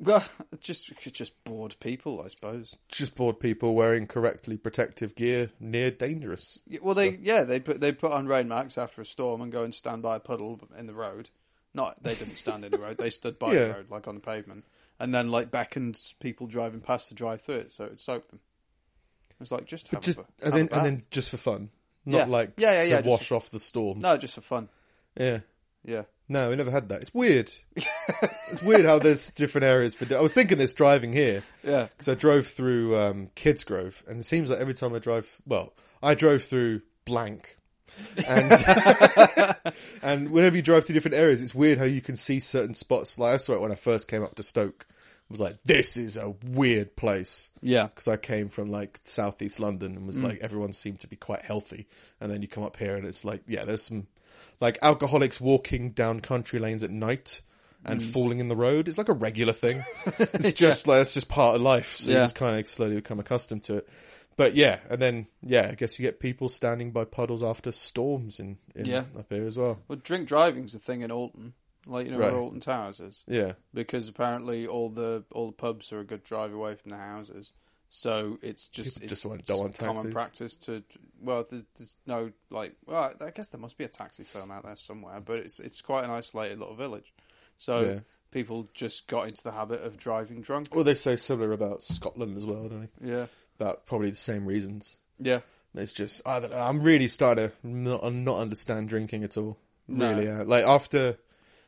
Well, just just bored people, I suppose. Just bored people wearing correctly protective gear near dangerous. Yeah, Well, they yeah they put they put on rain max after a storm and go and stand by a puddle in the road. Not they didn't stand in the road; they stood by the Yeah. road, like on the pavement, and then like beckoned people driving past to drive through it, so it soaked them. It was like just have Just a, have as a in, bath. and then just for fun, not Yeah. like Yeah, yeah, to yeah, just- wash off the storm. no, just for fun. Yeah. Yeah, No, we never had that. It's weird. it's weird how there's different areas for. I was thinking this driving here. yeah, because I drove through um, Kids Grove, and it seems like every time I drive, well, I drove through blank, and and whenever you drive through different areas, it's weird how you can see certain spots. Like I saw it when I first came up to Stoke, I was like, "This is a weird place." yeah, Because I came from like southeast London and Mm. was like everyone seemed to be quite healthy, and then you come up here and it's like yeah, there's some like alcoholics walking down country lanes at night and Mm. falling in the road. It's like a regular thing. It's just like it's just part of life. So Yeah. you just kind of slowly become accustomed to it. But yeah, and then yeah, I guess you get people standing by puddles after storms in, in Yeah. up here as well. Well, drink driving's a thing in Alton, like you know Right. where Alton Towers is, Yeah, because apparently all the all the pubs are a good drive away from the houses. So it's just People it's just want- don't want common taxis. practice to well, there's, there's no like well, I guess there must be a taxi firm out there somewhere, but it's it's quite an isolated little village. So Yeah. people just got into the habit of driving drunk. well, they say similar about Scotland as well, don't they? Yeah, That probably the same reasons. yeah. It's just I don't know. I'm really starting to not, not understand drinking at all. No. Really, uh, like after,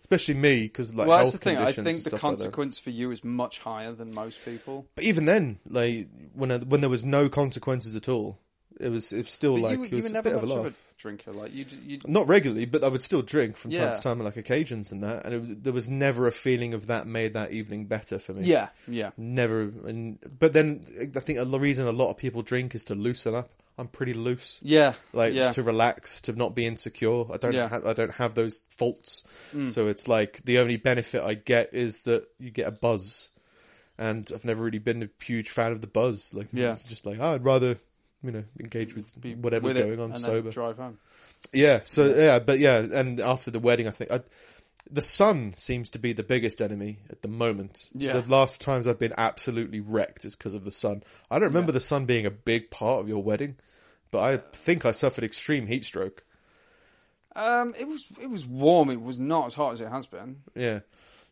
especially me because like well, health that's the thing. I conditions and think the stuff like that. consequence for you is much higher than most people. But even then, like when I, when there was no consequences at all, it was it's still But like you, it you was were a never bit of a much laugh. of a drinker. Like you, d- you Not regularly, but I would still drink from time Yeah. to time on like occasions and that, and it, was- there was never a feeling of that made that evening better for me. yeah, yeah. never. And but then I think a lo- reason a lot of people drink is to loosen up. I'm pretty loose. Yeah, Like yeah, to relax, to not be insecure. I don't, Yeah. Hmm. ha- I don't have those faults. So it's like the only benefit I get is that you get a buzz, and I've never really been a huge fan of the buzz. Like, Yeah. it's just like oh, I'd rather, you know, engage with Be whatever's with it going on and then sober. drive home. Yeah. So yeah, but yeah, and after the wedding, I think I, the sun seems to be the biggest enemy at the moment. Yeah. The last times I've been absolutely wrecked is because of the sun. I don't remember the sun being a big part of your wedding, but I think I suffered extreme heat stroke. Um, it was it was warm. It was not as hot as it has been. Yeah.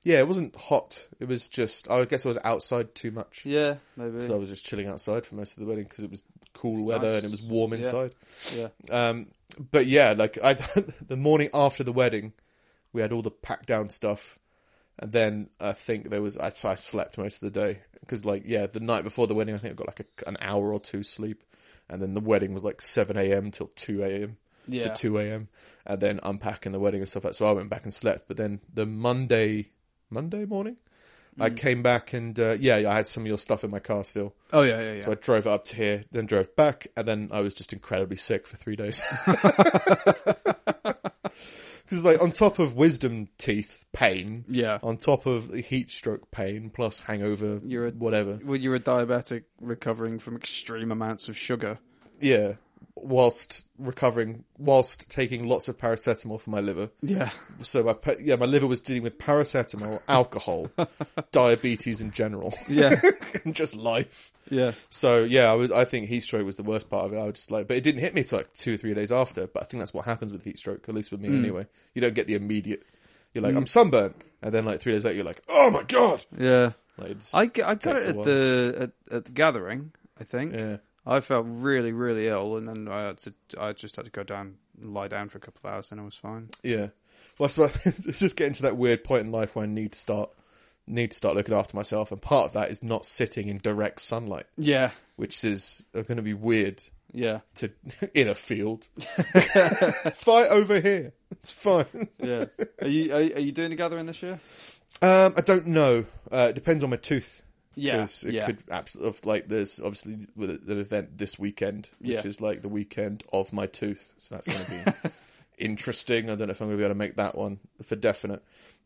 Yeah, it wasn't hot. It was just I guess I was outside too much. Yeah, maybe. 'Cause I was just chilling outside for most of the wedding because it was cool weather and it was warm Yeah. inside. yeah, Um, but yeah, like I, the morning after the wedding, we had all the packed down stuff, and then I think there was I, I slept most of the day because like yeah, the night before the wedding, I think I got like a, an hour or two sleep, and then the wedding was like seven a.m. till two a.m. Yeah. to two a.m. and then unpacking the wedding and stuff like that. So I went back and slept, but then the Monday Monday morning. I came back and uh, yeah, I had some of your stuff in my car still. oh yeah, yeah, yeah. So I drove up to here, then drove back, and then I was just incredibly sick for three days. Because like on top of wisdom teeth pain, yeah. on top of heat stroke pain, plus hangover, You're a- whatever, Well, you're a diabetic recovering from extreme amounts of sugar. yeah. Whilst recovering, whilst taking lots of paracetamol for my liver, Yeah, so my pa- yeah, my liver was dealing with paracetamol, alcohol, diabetes in general, yeah, and just life. yeah, So yeah, I, was, I think heat stroke was the worst part of it. I was just like, but it didn't hit me for like two or three days after. But I think that's what happens with heat stroke, at least with me anyway. You don't get the immediate. You're like, I'm sunburned, and then like three days later, you're like, oh my god. yeah. Like, it's- I, g- I got Takes a it at while. the at, at the gathering. I think. yeah, I felt really, really ill, and then I had to. I just had to go down, and lie down for a couple of hours, and I was fine. yeah. Well, it's about- it's just getting to that weird point in life where I need to start need to start looking after myself, and part of that is not sitting in direct sunlight, Yeah, which is going to be weird yeah, to in a field. Fight over here. It's fine. yeah. are you are, you doing a gathering this year? Um, I don't know. Uh, it depends on my tooth. Yeah, 'Cause it yeah. could absolutely like there's obviously with an event this weekend, which Yeah. is like the weekend of my tooth. So that's going to be interesting. I don't know if I'm going to be able to make that one for definite.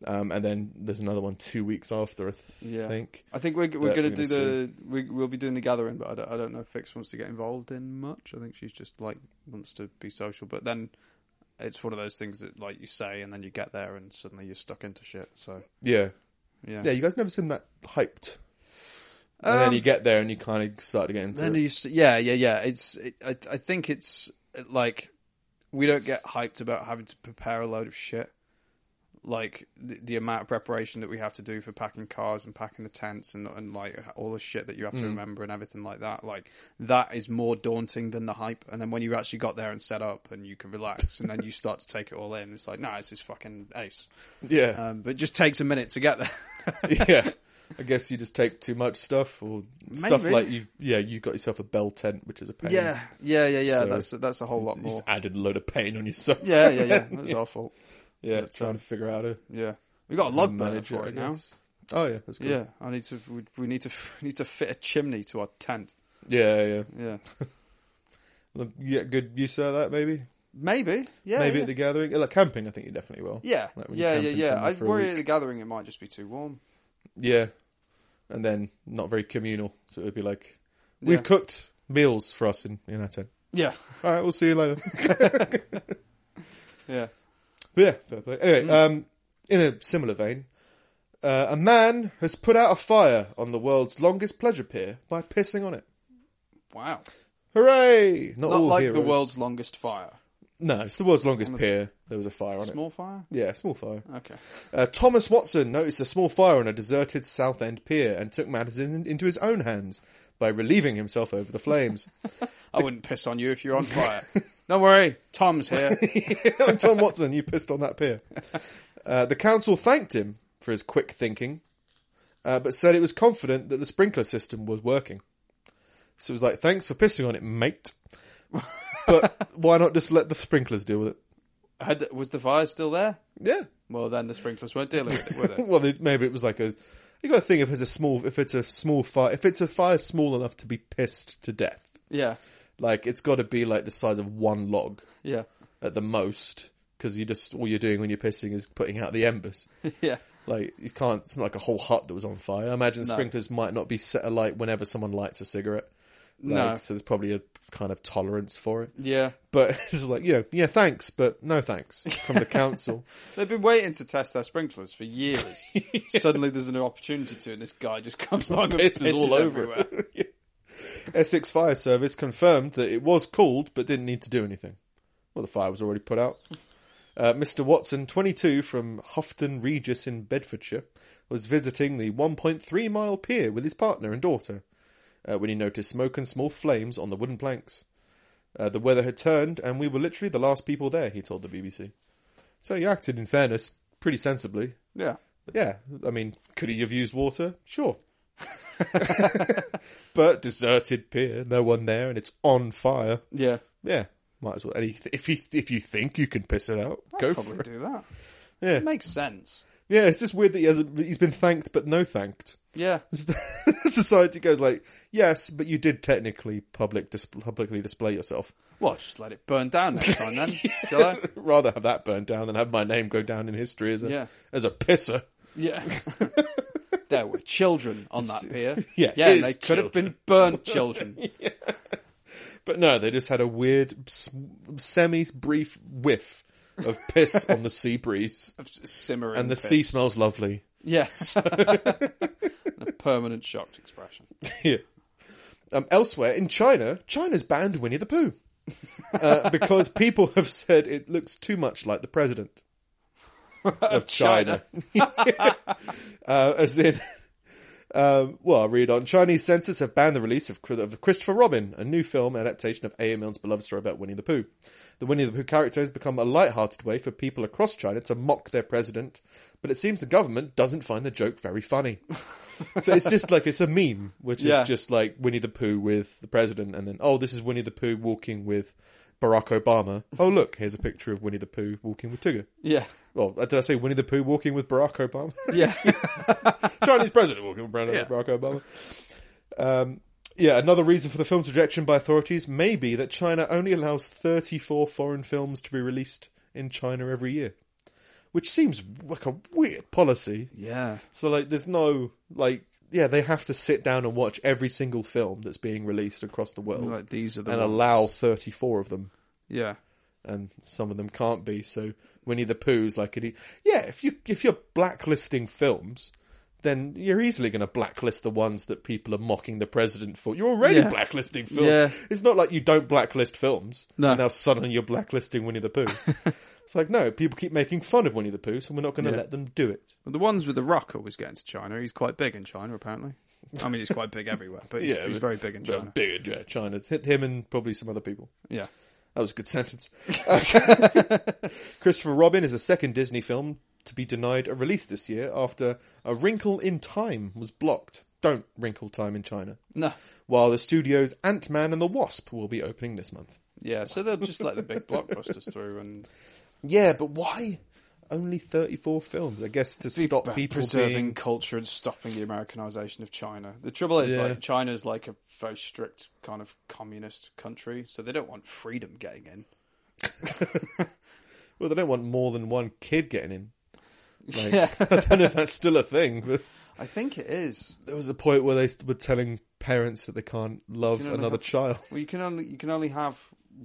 Um, and then there's another one two weeks after. I th- Yeah. think. I think we're we're But going we're to do gonna the we, we'll be doing the gathering, but I don't, I don't know if Fix wants to get involved in much. I think she's just like wants to be social, but then it's one of those things that like you say and then you get there and suddenly you're stuck into shit. So Yeah, yeah, yeah. You guys never seem that hyped. And then Um, you get there and you kind of start to get into Then it. you s- yeah, yeah, yeah. It's it, I I think it's uh, like we don't get hyped about having to prepare a load of shit. Like the, the amount of preparation that we have to do for packing cars and packing the tents and and like all the shit that you have to remember and everything like that. Like that is more daunting than the hype. And then when you actually got there and set up and you can relax and then you start to take it all in, it's like nah, it's just fucking ace. yeah, Um, but it just takes a minute to get there. Uh, yeah. I guess you just take too much stuff or stuff Maybe. like you. Yeah, you got yourself a bell tent, which is a pain. yeah, yeah, yeah, yeah. So- that's that's a whole lot You've more. added a load of pain on yourself. Yeah, yeah, yeah. That's our fault. yeah. That's trying to figure out how to Yeah, we got a log burner manage it for I it now. guess. Oh yeah, that's good. Yeah, I need to. We, we need to. We need to fit a chimney to our tent. yeah, yeah. Yeah, Well, You get good use out of that, maybe. maybe. Yeah, maybe yeah. at the gathering, like camping. I think you definitely will. yeah, Like when you're yeah, yeah, camping yeah. somewhere I for a worry week. at the gathering it might just be too warm. Yeah, and then not very communal, so it'd be like Yeah. we've cooked meals for us in, in our tent. Yeah. All right, we'll see you later. Yeah. But yeah, fair play. Mm. Anyway, um, in a similar vein, uh, a man has put out a fire on the world's longest pleasure pier by pissing on it. Wow. Hooray! Not, Not all like the heroes. world's longest fire. No, it's the world's longest pier. There was a fire on Small fire? it. Yeah, small fire. Okay. Uh, Thomas Watson noticed a small fire on a deserted South End pier and took matters in, into his own hands by relieving himself over the flames. I wouldn't piss on you if you're on fire. Don't worry, Tom's here. Oh, Tom Watson, you pissed on that pier. Uh, the council thanked him for his quick thinking, uh, but said it was confident that the sprinkler system was working. So it was like, thanks for pissing on it, mate. but why not just let the sprinklers deal with it? Had, was the fire still there? Yeah. Well, then the sprinklers weren't dealing with it, were they? Well, they- maybe it was like a. You got to think if it's a small, if it's a small fire, if it's a fire small enough to be pissed to death, Yeah, like it's got to be like the size of one log yeah, at the most, because you just all you're doing when you're pissing is putting out the embers. yeah. Like you can't. It's not like a whole hut that was on fire. I imagine sprinklers might not be set alight whenever someone lights a cigarette. Like, No. So there's probably a kind of tolerance for it. Yeah, But it's just like you know, yeah, thanks, but no thanks from the council. they've been waiting to test their sprinklers for years. Suddenly, there's an opportunity to, and this guy just comes along and Pisses pisses, all over everywhere. Essex Fire Service confirmed that it was called but didn't need to do anything. Well, the fire was already put out. Uh, Mr. Watson, 22, from Houghton Regis in Bedfordshire, was visiting the 1.3 mile pier with his partner and daughter uh, when he noticed smoke and small flames on the wooden planks. Uh, the weather had turned and we were literally the last people there, he told the BBC. So he acted, in fairness, pretty sensibly. Yeah, Yeah, I mean, could he have used water? Sure. but deserted pier, no one there, and it's on fire. yeah. Yeah, might as well. And he, if you if you think you can piss it out, go for probably it. do that. Yeah. it makes sense. Yeah, it's just weird that he hasn't. He's been thanked, but no thanked. Yeah, Society goes like, yes, but you did technically public dis- publicly display yourself. well, just let it burn down next time then, shall I? Rather have that burned down than have my name go down in history as a Yeah. as a pisser. Yeah. There were children on that pier. Yeah, yeah, and they his could have been burnt children. But no, they just had a weird s- semi-brief whiff of piss on the sea breeze, Simmering and the piss. sea smells lovely. Yes. a permanent shocked expression. Yeah. Um, elsewhere in China, China's banned Winnie the Pooh uh, because people have said it looks too much like the president of China. uh, as in, um, well, I'll read on. Chinese censors have banned the release of, of Christopher Robin, a new film adaptation of A.M. Milne's beloved story about Winnie the Pooh. The Winnie the Pooh character has become a light-hearted way for people across China to mock their president, but it seems the government doesn't find the joke very funny. so it's just like it's a meme, which Yeah. is just like Winnie the Pooh with the president, and then oh, this is Winnie the Pooh walking with Barack Obama. Oh look, here's a picture of Winnie the Pooh walking with Tigger. Yeah. Well, did I say Winnie the Pooh walking with Barack Obama? Yeah. Chinese president walking around with Yeah. Barack Obama. Um, yeah, another reason for the film's rejection by authorities may be that China only allows 34 foreign films to be released in China every year, which seems like a weird policy. yeah. So, like, there's no, like, yeah, they have to sit down and watch every single film that's being released across the world Like these are the and ones. allow 34 of them Yeah. and some of them can't be. So Winnie the Pooh's like, an e- yeah, if you if you're blacklisting films, then you're easily going to blacklist the ones that people are mocking the president for. You're already Yeah. blacklisting films. Yeah. It's not like you don't blacklist films. No. And now suddenly you're blacklisting Winnie the Pooh. it's like no, people keep making fun of Winnie the Pooh, so we're not going to Yeah. let them do it. Well, the ones with the rock always get into China. He's quite big in China, apparently. I mean, he's quite big everywhere, but he's, Yeah, he's but- very big in Well, China. big yeah, China. It's hit him and probably some other people. Yeah. That was a good sentence. Christopher Robin is the second Disney film to be denied a release this year after A Wrinkle in Time was blocked. Don't wrinkle time in China. No. While the studio's Ant Man and the Wasp will be opening this month. Yeah, so they'll just let the big blockbusters through and Yeah, but why only 34 films? I guess to stop About people preserving being. culture and stopping the Americanization of China. The trouble is, Yeah. like China's like a very strict kind of communist country, so they don't want freedom getting in. Well, they don't want more than one kid getting in. Like, Yeah. I don't know if that's still a thing, but I think it is. there was a point where they were telling parents that they can't love You know, another like- child. Well, you can only you can only have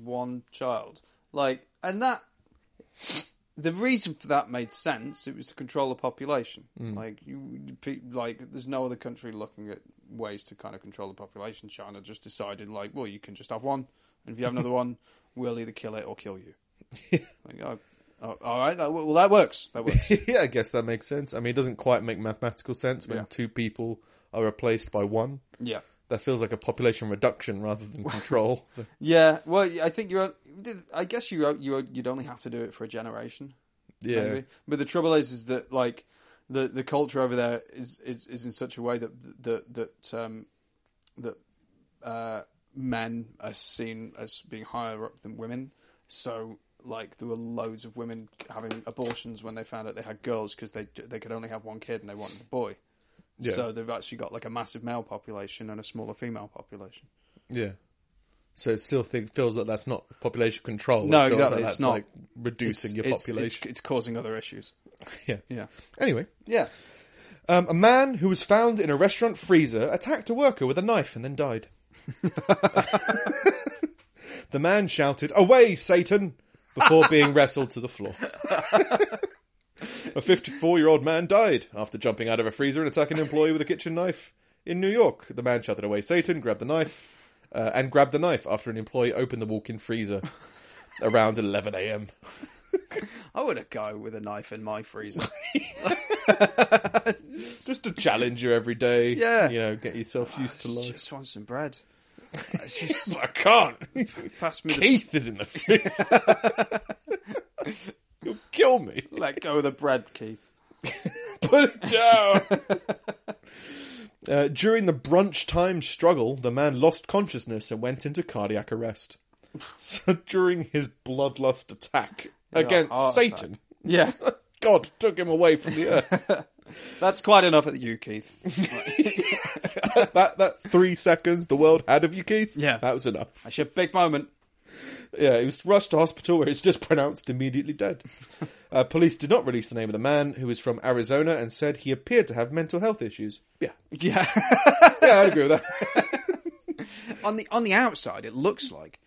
one child. Like, and that the reason for that made sense. It was to control the population. Like you, pe- like there's no other country looking at ways to kind of control the population. China just decided, like, well, you can just have one, and if you have another one, we'll either kill it or kill you. like, oh, oh, all right, that, well, that works. That works. yeah, I guess that makes sense. I mean, it doesn't quite make mathematical sense when Yeah. two people are replaced by one. yeah. That feels like a population reduction rather than control. Yeah, well, I think you're. I guess you you you'd only have to do it for a generation. yeah, maybe. But the trouble is, is that like the the culture over there is is, is in such a way that that that um, that uh, men are seen as being higher up than women. So like there were loads of women having abortions when they found out they had girls because they they could only have one kid and they wanted a boy. Yeah. So they've actually got like a massive male population and a smaller female population. yeah. So it still think, feels that that's not population control. It No, feels exactly, Like it's that's not. like reducing your It's- population. It's, it's causing other issues. yeah. Yeah. Anyway, Yeah. um, a man who was found in a restaurant freezer attacked a worker with a knife and then died. the man shouted, "Away, Satan!" before being wrestled to the floor. a 54-year-old man died after jumping out of a freezer and attacking an employee with a kitchen knife in New York. The man shouted, "Away, Satan!" grabbed the knife uh, and grabbed the knife after an employee opened the walk-in freezer around 11 a.m. I would have go with a knife in my freezer. Just to challenge you every day. Yeah. you know, get yourself used to life. just want some bread. It's just Ah, I can't. pass me the, Keith is in the freezer. You'll kill me. let go of the bread, Keith. Put it down. uh, during the brunch time struggle, the man lost consciousness and went into cardiac arrest. So during his bloodlust attack against heart Satan, Yeah, God took him away from the earth. that's quite enough at you, Keith. that that three seconds the world had of you, Keith. Yeah. that was enough. That's your big moment. Yeah, he was rushed to hospital where he was just pronounced immediately dead. Uh, police did not release the name of the man, who was from Arizona, and said he appeared to have mental health issues. Yeah, Yeah, yeah, I'd agree with that. on the on the outside, it looks like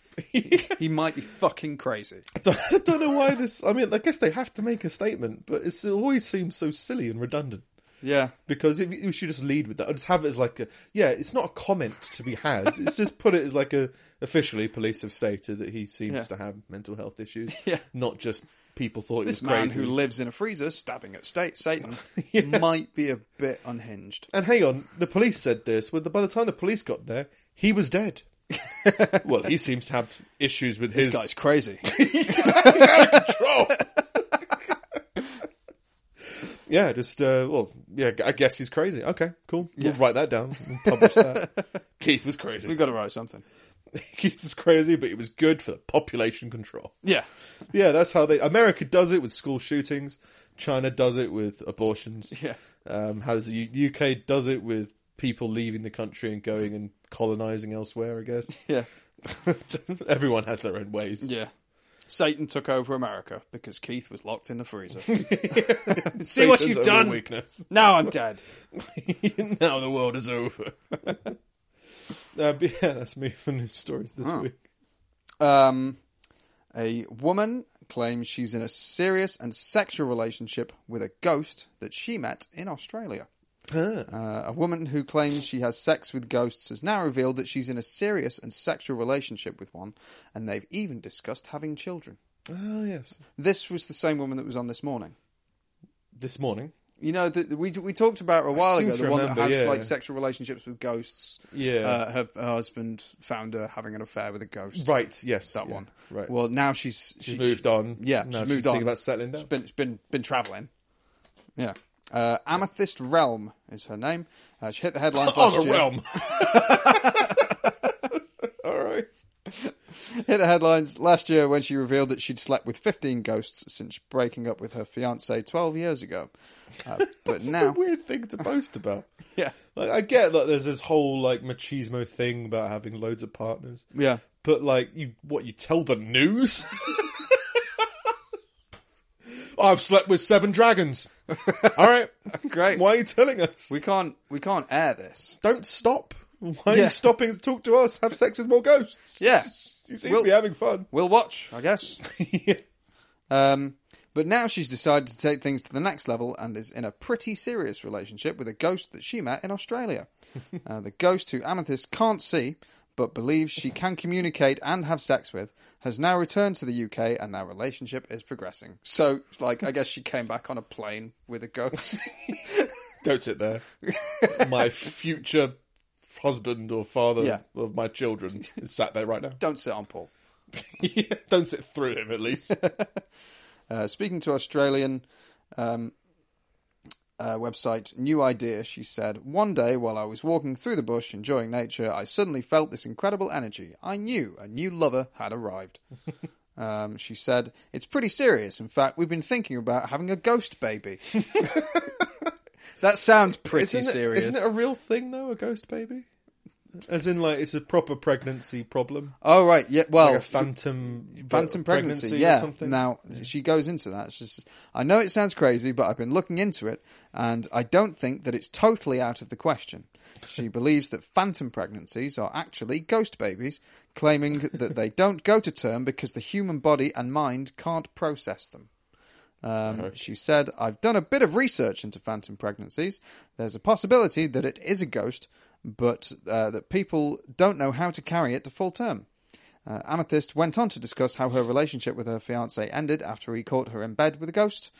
he might be fucking crazy. So, I don't know why this. I mean, I guess they have to make a statement, but it's, it always seems so silly and redundant. Yeah, Because if you should just lead with that, or just have it as like a yeah, it's not a comment to be had. It's just put it as like a officially police have stated that he seems Yeah. to have mental health issues, Yeah. not just people thought this he was man crazy. who lives in a freezer, stabbing at state Satan, might be a bit unhinged. And hang on, the police said this, but by the time the police got there, he was dead. well, he seems to have issues with his This guy's crazy. control. yeah, just uh, well, yeah, I guess he's crazy. Okay, cool. We'll write that down and publish that. Keith was We've crazy. got to write something. Keith was crazy, but it was good for the population control. Yeah, Yeah, that's how they. America does it with school shootings. China does it with abortions. Yeah. Um, how does the U- UK does it with people leaving the country and going and colonizing elsewhere? I guess yeah, everyone has their own ways. yeah. Satan took over America because Keith was locked in the freezer. See what you've done. Weakness. now I'm dead. now the world is over. uh, but yeah, that's me for news stories this Oh. week. Um, a woman claims she's in a serious and sexual relationship with a ghost that she met in Australia. Uh, a woman who claims she has sex with ghosts has now revealed that she's in a serious and sexual relationship with one, and they've even discussed having children. Oh yes, This was the same woman that was on this morning. this morning. You know, that we we talked about her a while seem ago to the one remember, that has yeah. like sexual relationships with ghosts. Yeah. uh, her, her husband found her having an affair with a ghost. Right. Yes, That yeah, one. Right. Well, now she's she's she- moved on. Yeah, Now she's she's, moved on. thinking about settling down. She's been, she's been been traveling. Yeah. Uh, Amethyst Realm is her name. Uh, she hit the headlines last on a year. realm. All right. Hit the headlines last year when she revealed that she'd slept with 15 ghosts since breaking up with her fiance 12 years ago. Uh, but It's a now, weird thing to boast about. yeah, Like I get that there's this whole like machismo thing about having loads of partners. yeah, But like you what you tell the news? I've slept with seven dragons. All right. great. Why are you telling us? We can't we can't air this. Don't stop. Why are Yeah. you stopping to talk to us? Have sex with more ghosts. Yeah. You seem We'll- to be having fun. We'll watch, I guess. Um, but now she's decided to take things to the next level and is in a pretty serious relationship with a ghost that she met in Australia. uh, the ghost who Amethyst can't see but believes she can communicate and have sex with has now returned to the UK and their relationship is progressing. So, it's like, I guess she came back on a plane with a ghost. Don't sit there. My future husband or father Yeah. of my children is sat there right now. Don't sit on Paul. Don't sit through him, at least. Uh, speaking to Australian um, uh, website New Idea, she said, One day while I was walking through the bush enjoying nature, I suddenly felt this incredible energy. I knew a new lover had arrived. um, she said, It's pretty serious. In fact, we've been thinking about having a ghost baby. that sounds pretty Isn't it- serious. isn't it a real thing though? A ghost baby? As in, like it's a proper pregnancy problem, oh, right. Yeah, well, like a phantom Phantom pregnancy, pregnancy yeah. or something. Now she goes into that. She says, "I know it sounds crazy, but I've been looking into it, and I don't think that it's totally out of the question." She believes that phantom pregnancies are actually ghost babies, claiming that they don't go to term because the human body and mind can't process them. Um, She said, I've done a bit of research into phantom pregnancies. There's a possibility that it is a ghost, but uh, that people don't know how to carry it to full term. Uh, Amethyst went on to discuss how her relationship with her fiance ended after he caught her in bed with a ghost.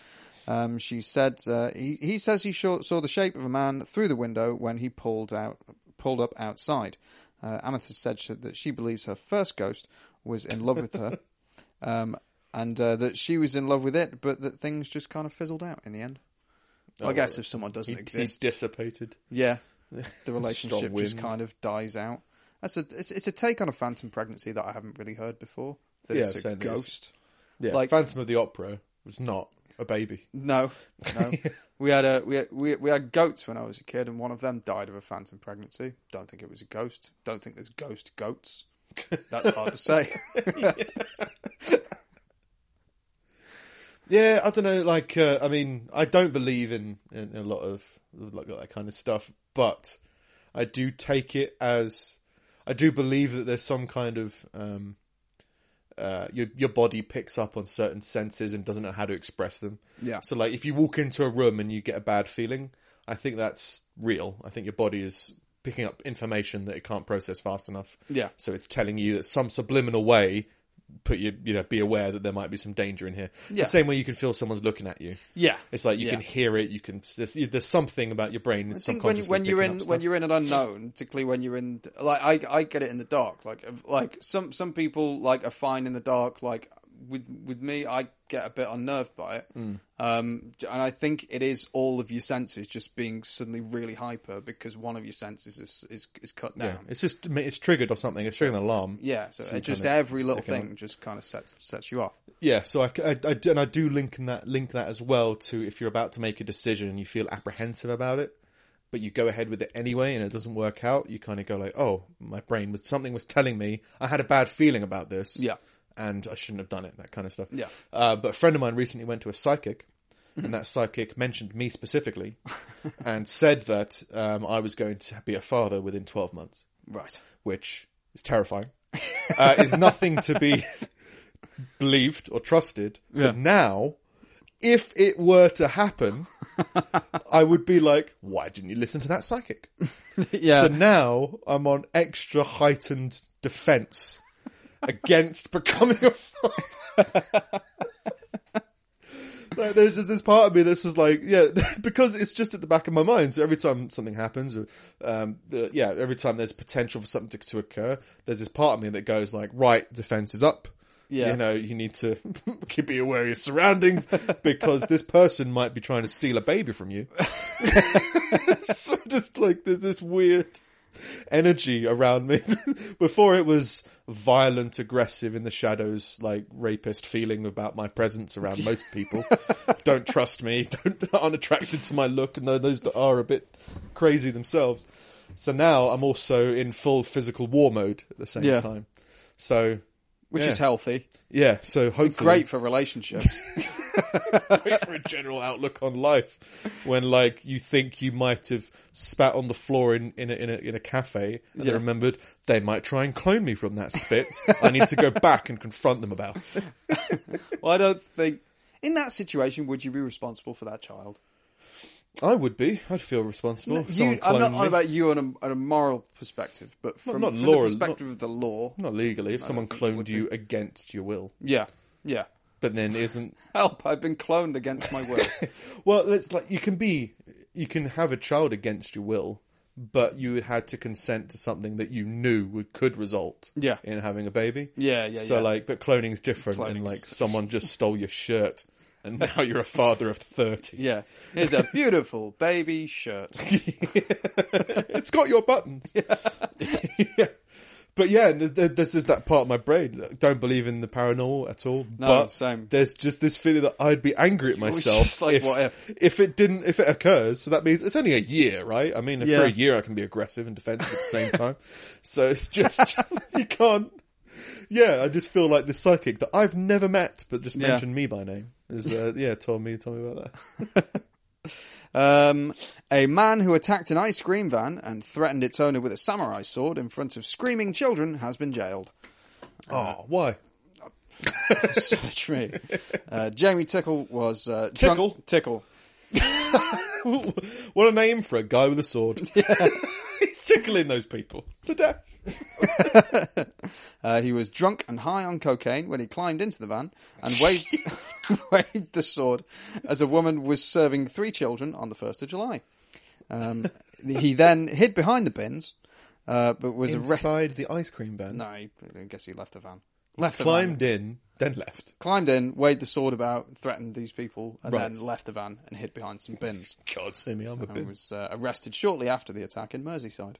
Um, she said uh, he, he says he saw, saw the shape of a man through the window when he pulled out pulled up outside. Uh, Amethyst said she, that she believes her first ghost was in love with her, um, and uh, that she was in love with it, but that things just kind of fizzled out in the end. I guess if someone doesn't He, he exist, dissipated. yeah, the relationship just wind. kind of dies out. That's a it's, it's a take on a phantom pregnancy that I haven't really heard before. That Yeah, it's a same as- ghost. Yeah, Like- Phantom of the Opera was not a baby. No, no. we had a we had, we we had goats when I was a kid, and one of them died of a phantom pregnancy. Don't think it was a ghost. Don't think there's ghost goats. That's hard to say. Yeah, I don't know. Like, uh, I mean, I don't believe in, in a lot of like that kind of stuff, but I do take it as I do believe that there's some kind of um, uh, your your body picks up on certain senses and doesn't know how to express them. Yeah. So, like, if you walk into a room and you get a bad feeling, I think that's real. I think your body is picking up information that it can't process fast enough. Yeah. So it's telling you that some subliminal way put you you know be aware that there might be some danger in here. Yeah. The same way you can feel someone's looking at you. Yeah. It's like you Yeah. can hear it. You can there's, there's something about your brain. I think when you, when you're in when you're in an unknown, particularly when you're in like I I get it in the dark. Like if- like some some people like are fine in the dark. Like with with me, I get a bit unnerved by it. Hmm. Um, and I think it is all of your senses just being suddenly really hyper because one of your senses is is, is cut yeah, down. it's just it's triggered or something. It's triggering an alarm. Yeah, so Some it just kind of every little sticking thing just kind of sets sets you off. Yeah, so I, I, I do- and I do link in that link that as well to if you're about to make a decision and you feel apprehensive about it, but you go ahead with it anyway and it doesn't work out, you kind of go like, "Oh, my brain was something was telling me I had a bad feeling about this, Yeah. and I shouldn't have done it." That kind of stuff. Yeah. Mm-hmm. Uh, but a friend of mine recently went to a psychic, and that psychic mentioned me specifically, and said that um, I was going to be a father within twelve months Right. which is terrifying, uh, is nothing to be believed or trusted. Yeah. But now, if it were to happen, I would be like, why didn't you listen to that psychic? yeah. So now I'm on extra heightened defense against becoming a father. like there's just this part of me that's just like yeah because it's just at the back of my mind so every time something happens or um the, yeah every time there's potential for something to, to occur there's this part of me that goes like right defense is up Yeah. you know you need to be aware of your surroundings because this person might be trying to steal a baby from you so just like there's this weird energy around me. Before it was violent, aggressive in the shadows, like rapist feeling about my presence around most people. don't trust me. Don't aren't attracted to my look, and those that are a bit crazy themselves. So now I'm also in full physical war mode at the same Yeah. time. So Which yeah. is healthy. yeah. So hopefully, Great for relationships. Wait for a general outlook on life when like you think you might have spat on the floor in in a, in a, in a cafe and then remembered they might try and clone me from that spit i need to go back and confront them about it. Well, I don't think in that situation would you be responsible for that child? i would be i'd feel responsible if You, someone I'm cloned not me. on about you on a, on a moral perspective, but from, not from law, the perspective of the law, not legally if someone think it cloned would you against your will yeah, yeah. but then isn't Help! I've been cloned against my will. Well, it's like you can be, you can have a child against your will, but you had to consent to something that you knew would, could result, Yeah. in having a baby. Yeah, yeah, So yeah. like, but cloning's different, and Cloning's- like someone just stole your shirt, and now you're a father of thirty. yeah, here's a beautiful baby shirt. it's got your buttons. Yeah. But yeah, th- th- this is that part of my brain that don't believe in the paranormal at all. No, but same. there's just this feeling that I'd be angry at was myself just like, what if? it didn't if it occurs. So that means it's only a year, right? I mean, Yeah. for a year I can be aggressive and defensive at the same time. So it's just you can't. Yeah, I just feel like this psychic that I've never met, but just Yeah. mentioned me by name. Is uh, yeah, told me told me about that. Um, a man who attacked an ice cream van and threatened its owner with a samurai sword in front of screaming children has been jailed. Oh, why? Search me. Uh, Jamie Tickle was uh, Tickle? drunk, tickle. What a name for a guy with a sword. He's tickling those people to death. Uh, he was drunk and high on cocaine when he climbed into the van and waved waved the sword as a woman was serving three children on the first of July. Um, he then hid behind the bins, uh, but was arrested. Inside the ice cream van, No, I guess he left the van. Left the van. climbed in, then left. climbed in, weighed the sword about, threatened these people, and Right. then left the van and hid behind some bins. God, see me, I'm a And bit. was uh, arrested shortly after the attack in Merseyside.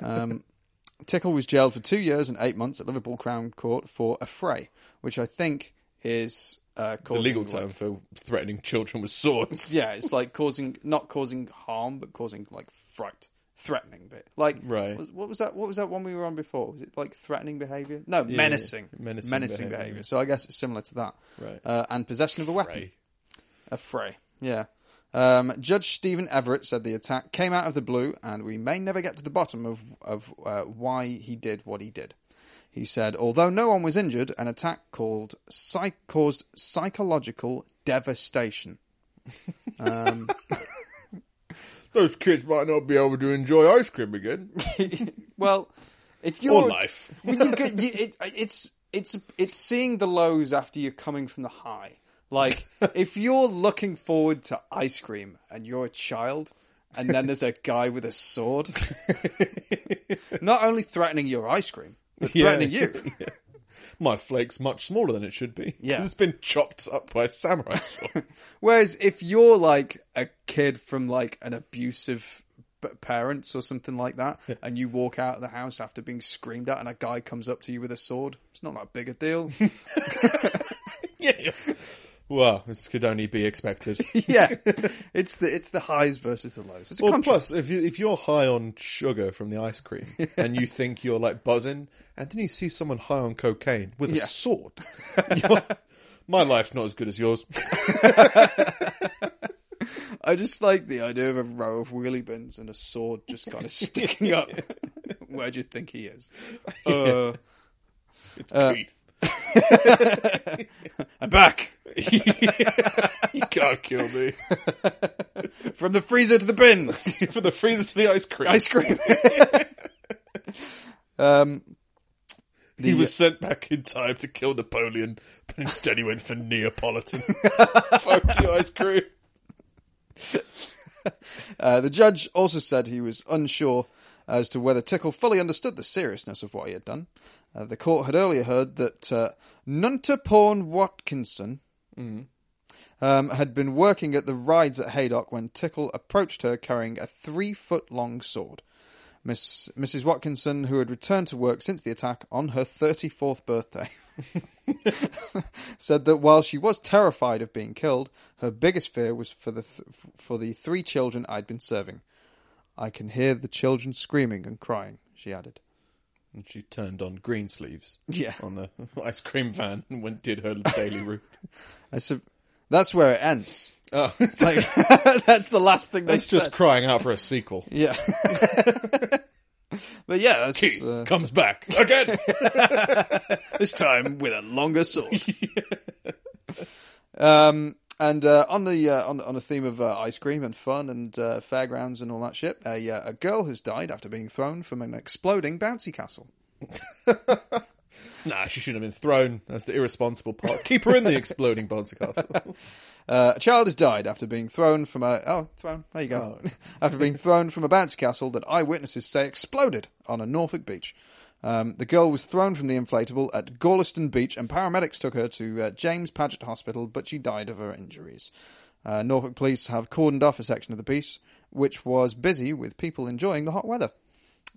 Um, Tickle was jailed for two years and eight months at Liverpool Crown Court for affray, which I think is uh, The causing legal like- term for threatening children with swords. yeah, it's like causing not causing harm, but causing like fright, threatening bit. Like Right. was- what was that? What was that one we were on before? Was it like threatening behavior? No, menacing, Menacing behaviour, behavior. So I guess it's similar to that. Right. Uh, and possession of a weapon. Right. A fray. Yeah. Um, Judge Stephen Everett said the attack came out of the blue, and we may never get to the bottom of of uh, why he did what he did. He said, although no one was injured, an attack called psych- caused psychological devastation. Those kids might not be able to enjoy ice cream again. well, if you're or life. Well, you go- you- it- it's it's it's seeing the lows after you're coming from the high. Like if you're looking forward to ice cream and you're a child, and then there's a guy with a sword, not only threatening your ice cream, but Yeah. threatening you. My flake's much smaller than it should be. 'cause Yeah. It's been chopped up by a samurai sword. Whereas if you're like a kid from like an abusive p- parents or something like that, and you walk out of the house after being screamed at, and a guy comes up to you with a sword, it's not that big a deal. yeah. Well, this could only be expected. yeah, it's the it's the highs versus the lows. It's a Well, contrast. plus, if, you, if you're high on sugar from the ice cream and you think you're like buzzing, and then you see someone high on cocaine with Yeah. a sword, you're- my life's not as good as yours. I just like the idea of a row of wheelie bins and a sword just kind of sticking up. Where do you think he is? Uh, It's Keith. I'm back You can't kill me. from the freezer to the bins. From the freezer to the ice cream. Ice cream. um, he was sent back in time to kill Napoleon, but instead he went for Neapolitan. Fuck you, ice cream. uh, the judge also said he was unsure as to whether Tickle fully understood the seriousness of what he had done. Uh, the court had earlier heard that uh, Nuntaporn Watkinson um, had been working at the rides at Haydock when Tickle approached her carrying a three foot long sword. Miss, Mrs. Watkinson, who had returned to work since the attack on her 34th birthday, said that while she was terrified of being killed, her biggest fear was for the th- for the three children I'd been serving. I can hear the children screaming and crying, she added. And she turned on green sleeves Yeah. on the ice cream van and went did her daily route. A, su- That's where it ends. Oh, Like that's the last thing they that's just said. crying out for a sequel. Yeah. but yeah, that's, Keith uh, comes back again. this time with a longer sword. um, and uh, on the uh, on on the theme of uh, ice cream and fun and uh, fairgrounds and all that shit, a uh, a girl has died after being thrown from an exploding bouncy castle. Nah, she shouldn't have been thrown. That's the irresponsible part. Keep her in the exploding bouncy castle. Uh, a child has died after being thrown from a oh thrown there you go after being thrown from a bouncy castle that eyewitnesses say exploded on a Norfolk beach. Um, the girl was thrown from the inflatable at Gorleston Beach, and paramedics took her to uh, James Paget Hospital, but she died of her injuries. Uh, Norfolk police have cordoned off a section of the beach, which was busy with people enjoying the hot weather.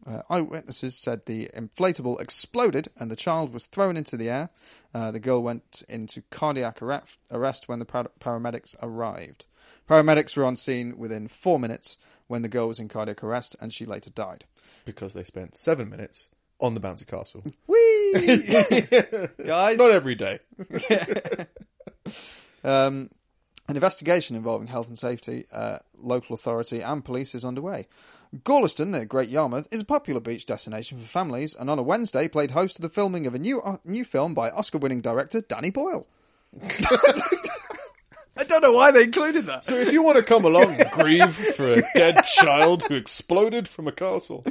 Uh, eyewitnesses said the inflatable exploded and the child was thrown into the air. Uh, the girl went into cardiac arref- arrest when the par- paramedics arrived. Paramedics were on scene within four minutes when the girl was in cardiac arrest and she later died. because they spent seven minutes on the bouncy castle. Whee! Guys, Not every day. Um, an investigation involving health and safety, uh, local authority, and police is underway. Gorleston, near Great Yarmouth, is a popular beach destination for families, and on a Wednesday played host to the filming of a new uh, new film by Oscar-winning director Danny Boyle. I don't know why they included that. So if you want to come along and grieve for a dead child who exploded from a castle,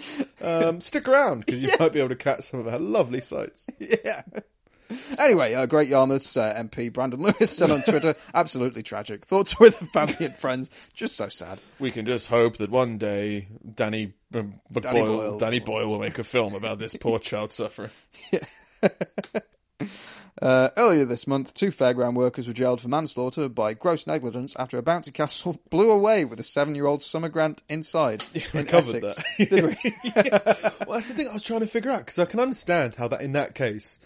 um, stick around because you might be able to catch some of our lovely sights. yeah. Anyway, uh, Great Yarmouth's uh, MP Brandon Lewis said on Twitter, "Absolutely tragic. Thoughts with family and friends. Just so sad." We can just hope that one day Danny, um, Danny Boyle, Boyle. Danny Boyle will make a film about this poor child suffering. Uh, earlier this month, two fairground workers were jailed for manslaughter by gross negligence after a bouncy castle blew away with a seven-year-old Summer Grant inside in covered Essex. that. Didn't we? Well, that's the thing I was trying to figure out because I can understand how that in that case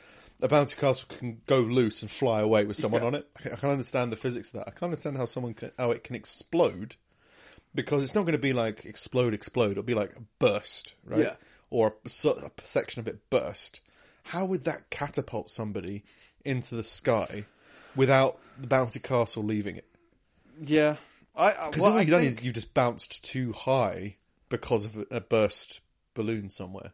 a bouncy castle can go loose and fly away with someone on it. I can- I can understand the physics of that. I can't understand how someone can, how it can explode because it's not going to be like explode, explode. It'll be like a burst, right? Yeah. Or a, so- a section of it burst. How would that catapult somebody into the sky without the bouncy castle leaving it? yeah, I, I, Because well, all I you've done think- is you've just bounced too high because of a- a burst balloon somewhere.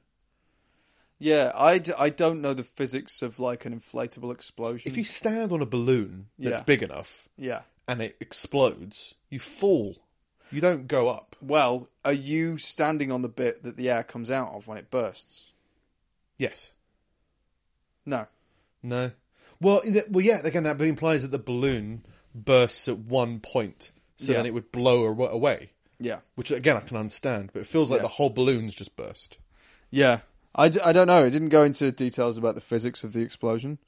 yeah, I, d- I don't know the physics of like an inflatable explosion. if you stand on a balloon that's Yeah. big enough yeah, and it explodes, you fall. You don't go up. well, are you standing on the bit that the air comes out of when it bursts? Yes. No. No. Well, is it- well, yeah. Again, that implies that the balloon bursts at one point, so Yeah. then it would blow aw- away. Yeah. Which again, I can understand, but it feels like Yeah. the whole balloon's just burst. Yeah, I, d- I don't know. It didn't go into details about the physics of the explosion.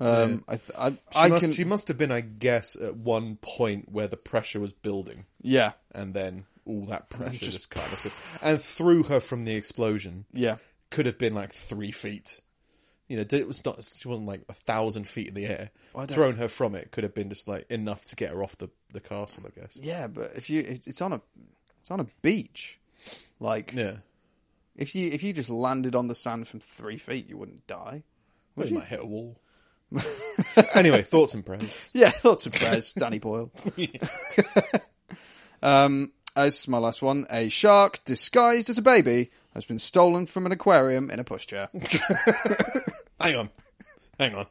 Um, I, th- I, She, I must, can, she must have been, I guess, at one point where the pressure was building, yeah, and then all that pressure just, kind of and threw her from the explosion. yeah, could have been like three feet. You know, it was not. She wasn't like a thousand feet in the air. don't- Thrown her from it could have been just like enough to get her off the, the castle, I guess. yeah. But if you, it's it's on a, it's on a beach. Like Yeah, if you if you just landed on the sand from three feet, you wouldn't die. well, you might hit a wall. anyway, thoughts and prayers. Yeah, thoughts and prayers, Danny Boyle. um, as my last one, a shark disguised as a baby has been stolen from an aquarium in a pushchair. Hang on, hang on.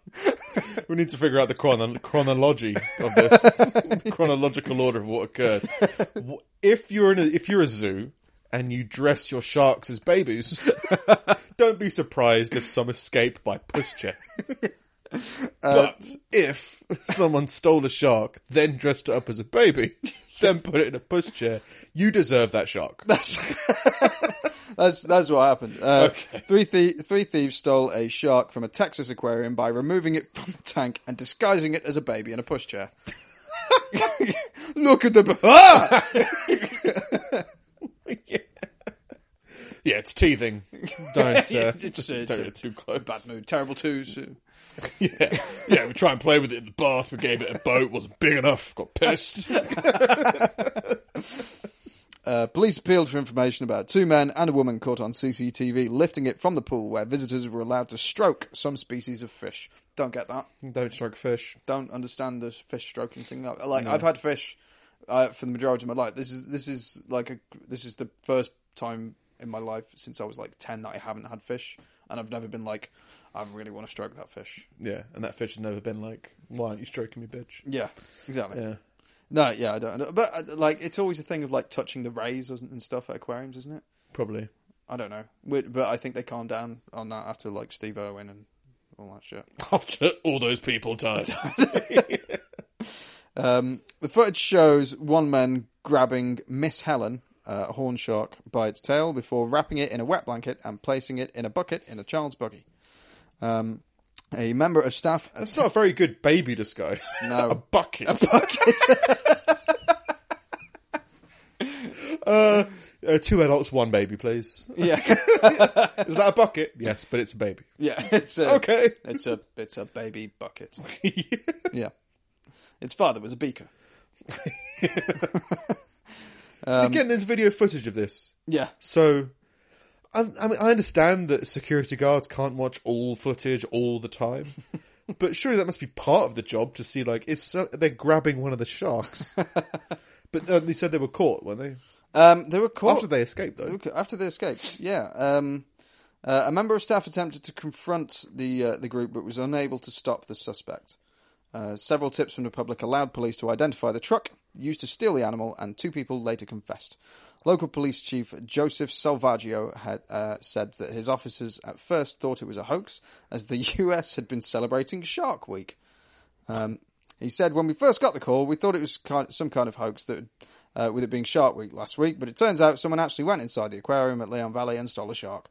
we need to figure out the chron- chronology of this, the chronological order of what occurred. Wh- If you're in a, if you're a zoo and you dress your sharks as babies, don't be surprised if some escaped by pushchair. But if someone stole a shark, then dressed it up as a baby, then put it in a pushchair, you deserve that shark. That's that's what happened. Uh, Okay. Three thie- three thieves stole a shark from a Texas aquarium by removing it from the tank and disguising it as a baby in a pushchair. Look at the. b- Ah! Yeah, it's teething. Don't uh, It's, don't uh, get it's too close. Bad mood, terrible twos. Yeah, yeah. We try and play with it in the bath. We gave it a boat. wasn't big enough. Got pissed. Uh, police appealed for information about two men and a woman caught on CCTV lifting it from the pool where visitors were allowed to stroke some species of fish. Don't get that. Don't stroke fish. Don't understand the fish stroking thing. Like I've had fish uh, for the majority of my life. This is this is like a this is the first time in my life since I was like ten that I haven't had fish, and I've never been like I really want to stroke that fish. Yeah, and that fish has never been like, why aren't you stroking me, bitch? Yeah, exactly. Yeah. No, yeah, I don't. But uh, like, it's always a thing of like touching the rays or something and stuff at aquariums, isn't it? Probably. I don't know, We- but I think they calmed down on that after like Steve Irwin and all that shit. After all those people died. Um, the footage shows one man grabbing Miss Helen, uh, a horn shark, by its tail before wrapping it in a wet blanket and placing it in a bucket in a child's buggy. Um, a member of staff That's not a very good baby disguise. No. a bucket. bucket. uh, uh, two adults, one baby, please. yeah, Is that a bucket? Yes, but it's a baby. yeah. It's a, Okay. It's a it's a baby bucket. yeah, its father was a beaker. Um, Again, there's video footage of this. Yeah, So, I, I mean, I understand that security guards can't watch all footage all the time, but surely that must be part of the job to see like it's so, they're grabbing one of the sharks. but uh, they said they were caught, weren't they? um, they were caught After they escaped, though. Okay, after they escaped, yeah. Um, uh, a member of staff attempted to confront the uh, the group, but was unable to stop the suspect. Uh, several tips from the public allowed police to identify the truck used to steal the animal, and two people later confessed. Local police chief Joseph Salvaggio had uh, said that his officers at first thought it was a hoax, as the U.S. had been celebrating Shark Week. Um, he said, when we first got the call, we thought it was kind some kind of hoax that, uh, with it being Shark Week last week, but it turns out someone actually went inside the aquarium at Leon Valley and stole a shark.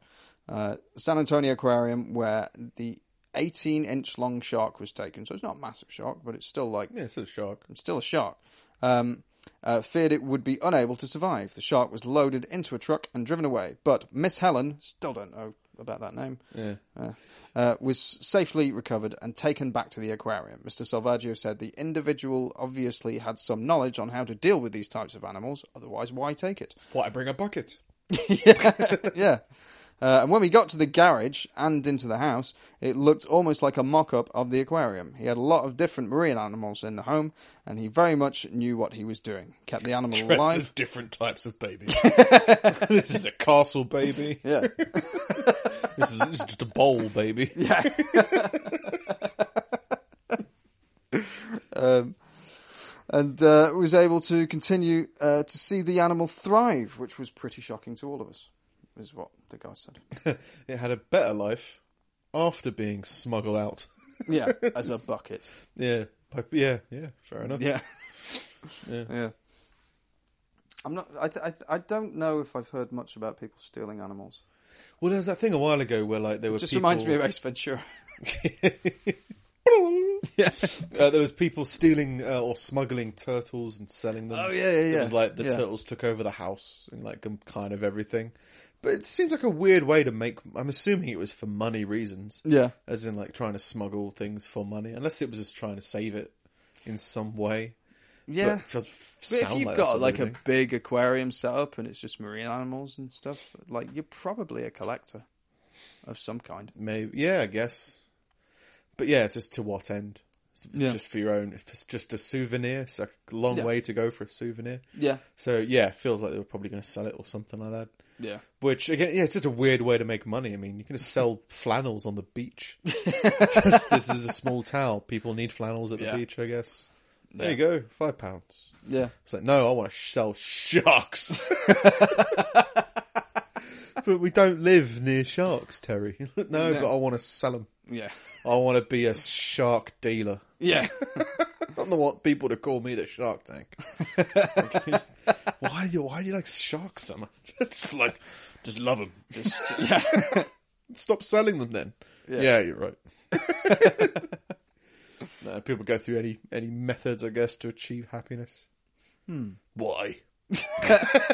Uh, San Antonio Aquarium, where the 18 inch long shark was taken, so it's not a massive shark, but it's still like Yeah, it's a shark. and still a shark, um, uh, feared it would be unable to survive. The shark was loaded into a truck and driven away, but Miss Helen, still don't know about that name, Yeah. uh, uh, was safely recovered and taken back to the aquarium. Mr. Salvaggio said the individual obviously had some knowledge on how to deal with these types of animals, otherwise, why take it? Why bring a bucket? yeah. Uh, and when we got to the garage and into the house, it looked almost like a mock up of the aquarium. He had a lot of different marine animals in the home, and he very much knew what he was doing. Kept the animal Dressed alive. as different types of babies. this is a castle baby. Yeah. This is, this is just a bowl, baby. Yeah. um, and uh, was able to continue uh, to see the animal thrive, which was pretty shocking to all of us, is what the guy said. It had a better life after being smuggled out. Yeah, as a bucket. Yeah. Like, Yeah, yeah, fair enough. Yeah. Yeah. I'm not. I, th- I th- I don't know if I've heard much about people stealing animals. Well, there was that thing a while ago where like there were Just people... reminds me of Ace Ventura. yeah. Uh, there was people stealing uh, or smuggling turtles and selling them. Oh, yeah, yeah, yeah. It was like the Yeah. turtles took over the house and like um, kind of everything. But it seems like a weird way to make. I'm assuming it was for money reasons, Yeah. as in like trying to smuggle things for money, unless it was just trying to save it in some way. But, Yeah. it does But if sound you've like that's got like a weird thing. big aquarium set up and it's just marine animals and stuff, like you're probably a collector of some kind. maybe yeah, I guess. But yeah, it's just to what end? It's it's Yeah. just for your own. If it's just a souvenir, it's a long Yeah. way to go for a souvenir. Yeah, So yeah, it feels like they were probably going to sell it or something like that. yeah, Which again, yeah, it's just a weird way to make money. I mean, you can just sell flannels on the beach. Just, this is a small town; people need flannels at the Yeah. beach, I guess. There you go, five pounds. yeah. It's like, no, I want to sell sharks. but we don't live near sharks, Terry. no, but I want to sell them. Yeah, I want to be a shark dealer. yeah, I don't want people to call me the Shark Tank. why do you, why do you like sharks so much? It's like, just love them. yeah, Stop selling them then. Yeah. Yeah, you're right. no, people go through any any methods, I guess, to achieve happiness. Hmm. Why?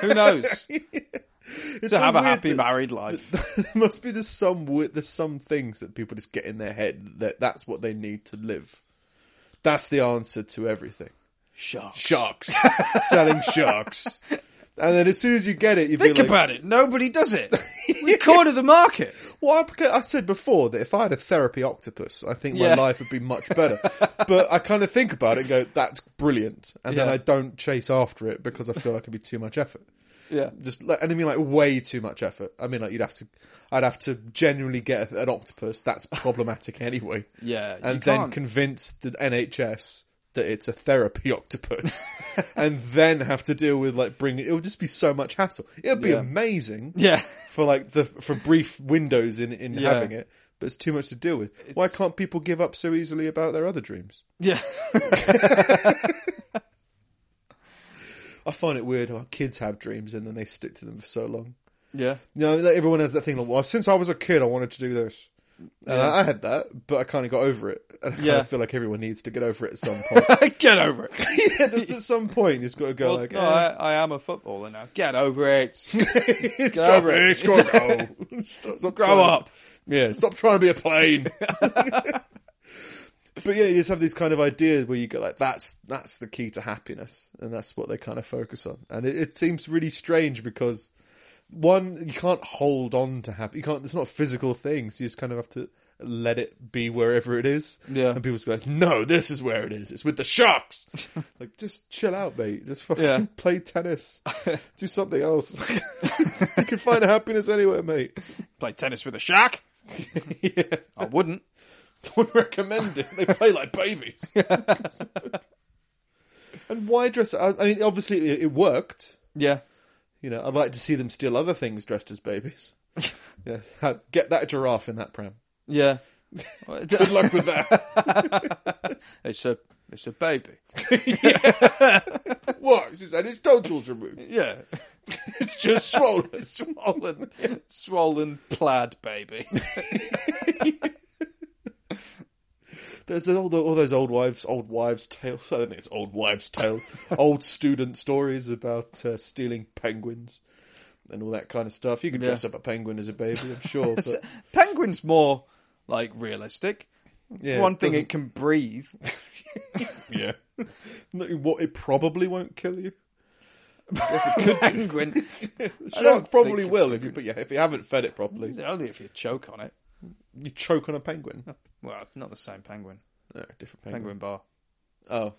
Who knows? It's to so have a weird happy that- married life. there must be just some weird, there's some things that people just get in their head that that's what they need to live. That's the answer to everything. Sharks. Sharks. Selling sharks. And then as soon as you get it, you'd Think be like, about it. Nobody does it. We corner the market. Well, I, beca- I said before that if I had a therapy octopus, I think my Yeah. life would be much better. but I kind of think about it and go, that's brilliant. And then Yeah. I don't chase after it because I feel like it'd be too much effort. Yeah. Just, like- and I mean like way too much effort. I mean like you'd have to, I'd have to genuinely get an octopus. That's problematic anyway. Yeah, you And then can't. convince the NHS that it's a therapy octopus and then have to deal with like bringing, it would just be so much hassle. It would be Yeah. amazing Yeah. for like the for brief windows in in Yeah. having it. But it's too much to deal with. Why can't people give up so easily about their other dreams? Yeah. I find it weird how kids have dreams and then they stick to them for so long. yeah. You know, like, everyone has that thing. Like, well, since I was a kid, I wanted to do this, and I, I had that, but I kind of got over it. And I kind Yeah. of feel like everyone needs to get over it at some point. Get over it. yeah, there's at some point you've got to go like, no, eh, I, I am a footballer now. Get over it. it's get over got- it. it's got to go. Stop- stop Grow trying- up. Yeah, stop trying to be a plane. but yeah, you just have these kind of ideas where you go like, that's that's the key to happiness, and that's what they kind of focus on. And it, it seems really strange because one, you can't hold on to happy. You can't. It's not a physical thing. So you just kind of have to let it be wherever it is. Yeah. And people just be like, no, this is where it is. It's with the sharks. like, just chill out, mate. Just fucking Yeah. play tennis. Do something else. you can find happiness anywhere, mate. Play tennis with a shark? yeah. I wouldn't. would recommend it. They play like babies. and why dress? I I mean, obviously it, it worked. Yeah. You know, I'd like to see them steal other things dressed as babies. Yeah, ha- get that giraffe in that pram. Yeah. Good luck with that. it's a it's a baby. what? She said its tonsils removed. Yeah. It's just swollen. Swollen swollen plaid baby. There's all, the, all those old wives, old wives' tales. I don't think it's old wives' tales. old student stories about uh, stealing penguins and all that kind of stuff. You could Yeah. dress up a penguin as a baby, I'm sure. But, Penguin's more like realistic. yeah, One thing doesn't- it can breathe. Yeah. No, what it probably won't kill you. Penguin. Shark probably think it will if you, but yeah, if you haven't fed it properly, Only if you choke on it. you choke on a penguin. Well, not the same penguin. No, different Penguin penguin. bar. Oh,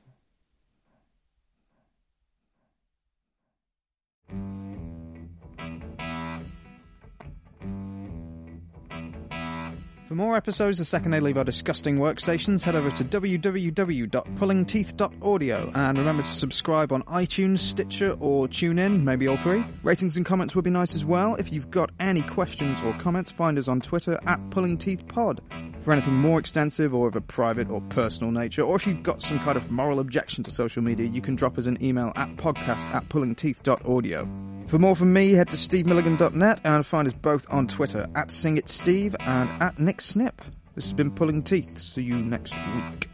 For more episodes the second they leave our disgusting workstations, head over to www.pullingteeth.audio and remember to subscribe on iTunes, Stitcher, or TuneIn, maybe all three. Ratings and comments would be nice as well. If you've got any questions or comments, find us on Twitter at PullingTeethPod. For anything more extensive or of a private or personal nature, or if you've got some kind of moral objection to social media, you can drop us an email at podcast at pullingteeth.audio. For more from me, head to stevemilligan.net and find us both on Twitter at singitsteve and at nicksnip. This has been Pulling Teeth. See you next week.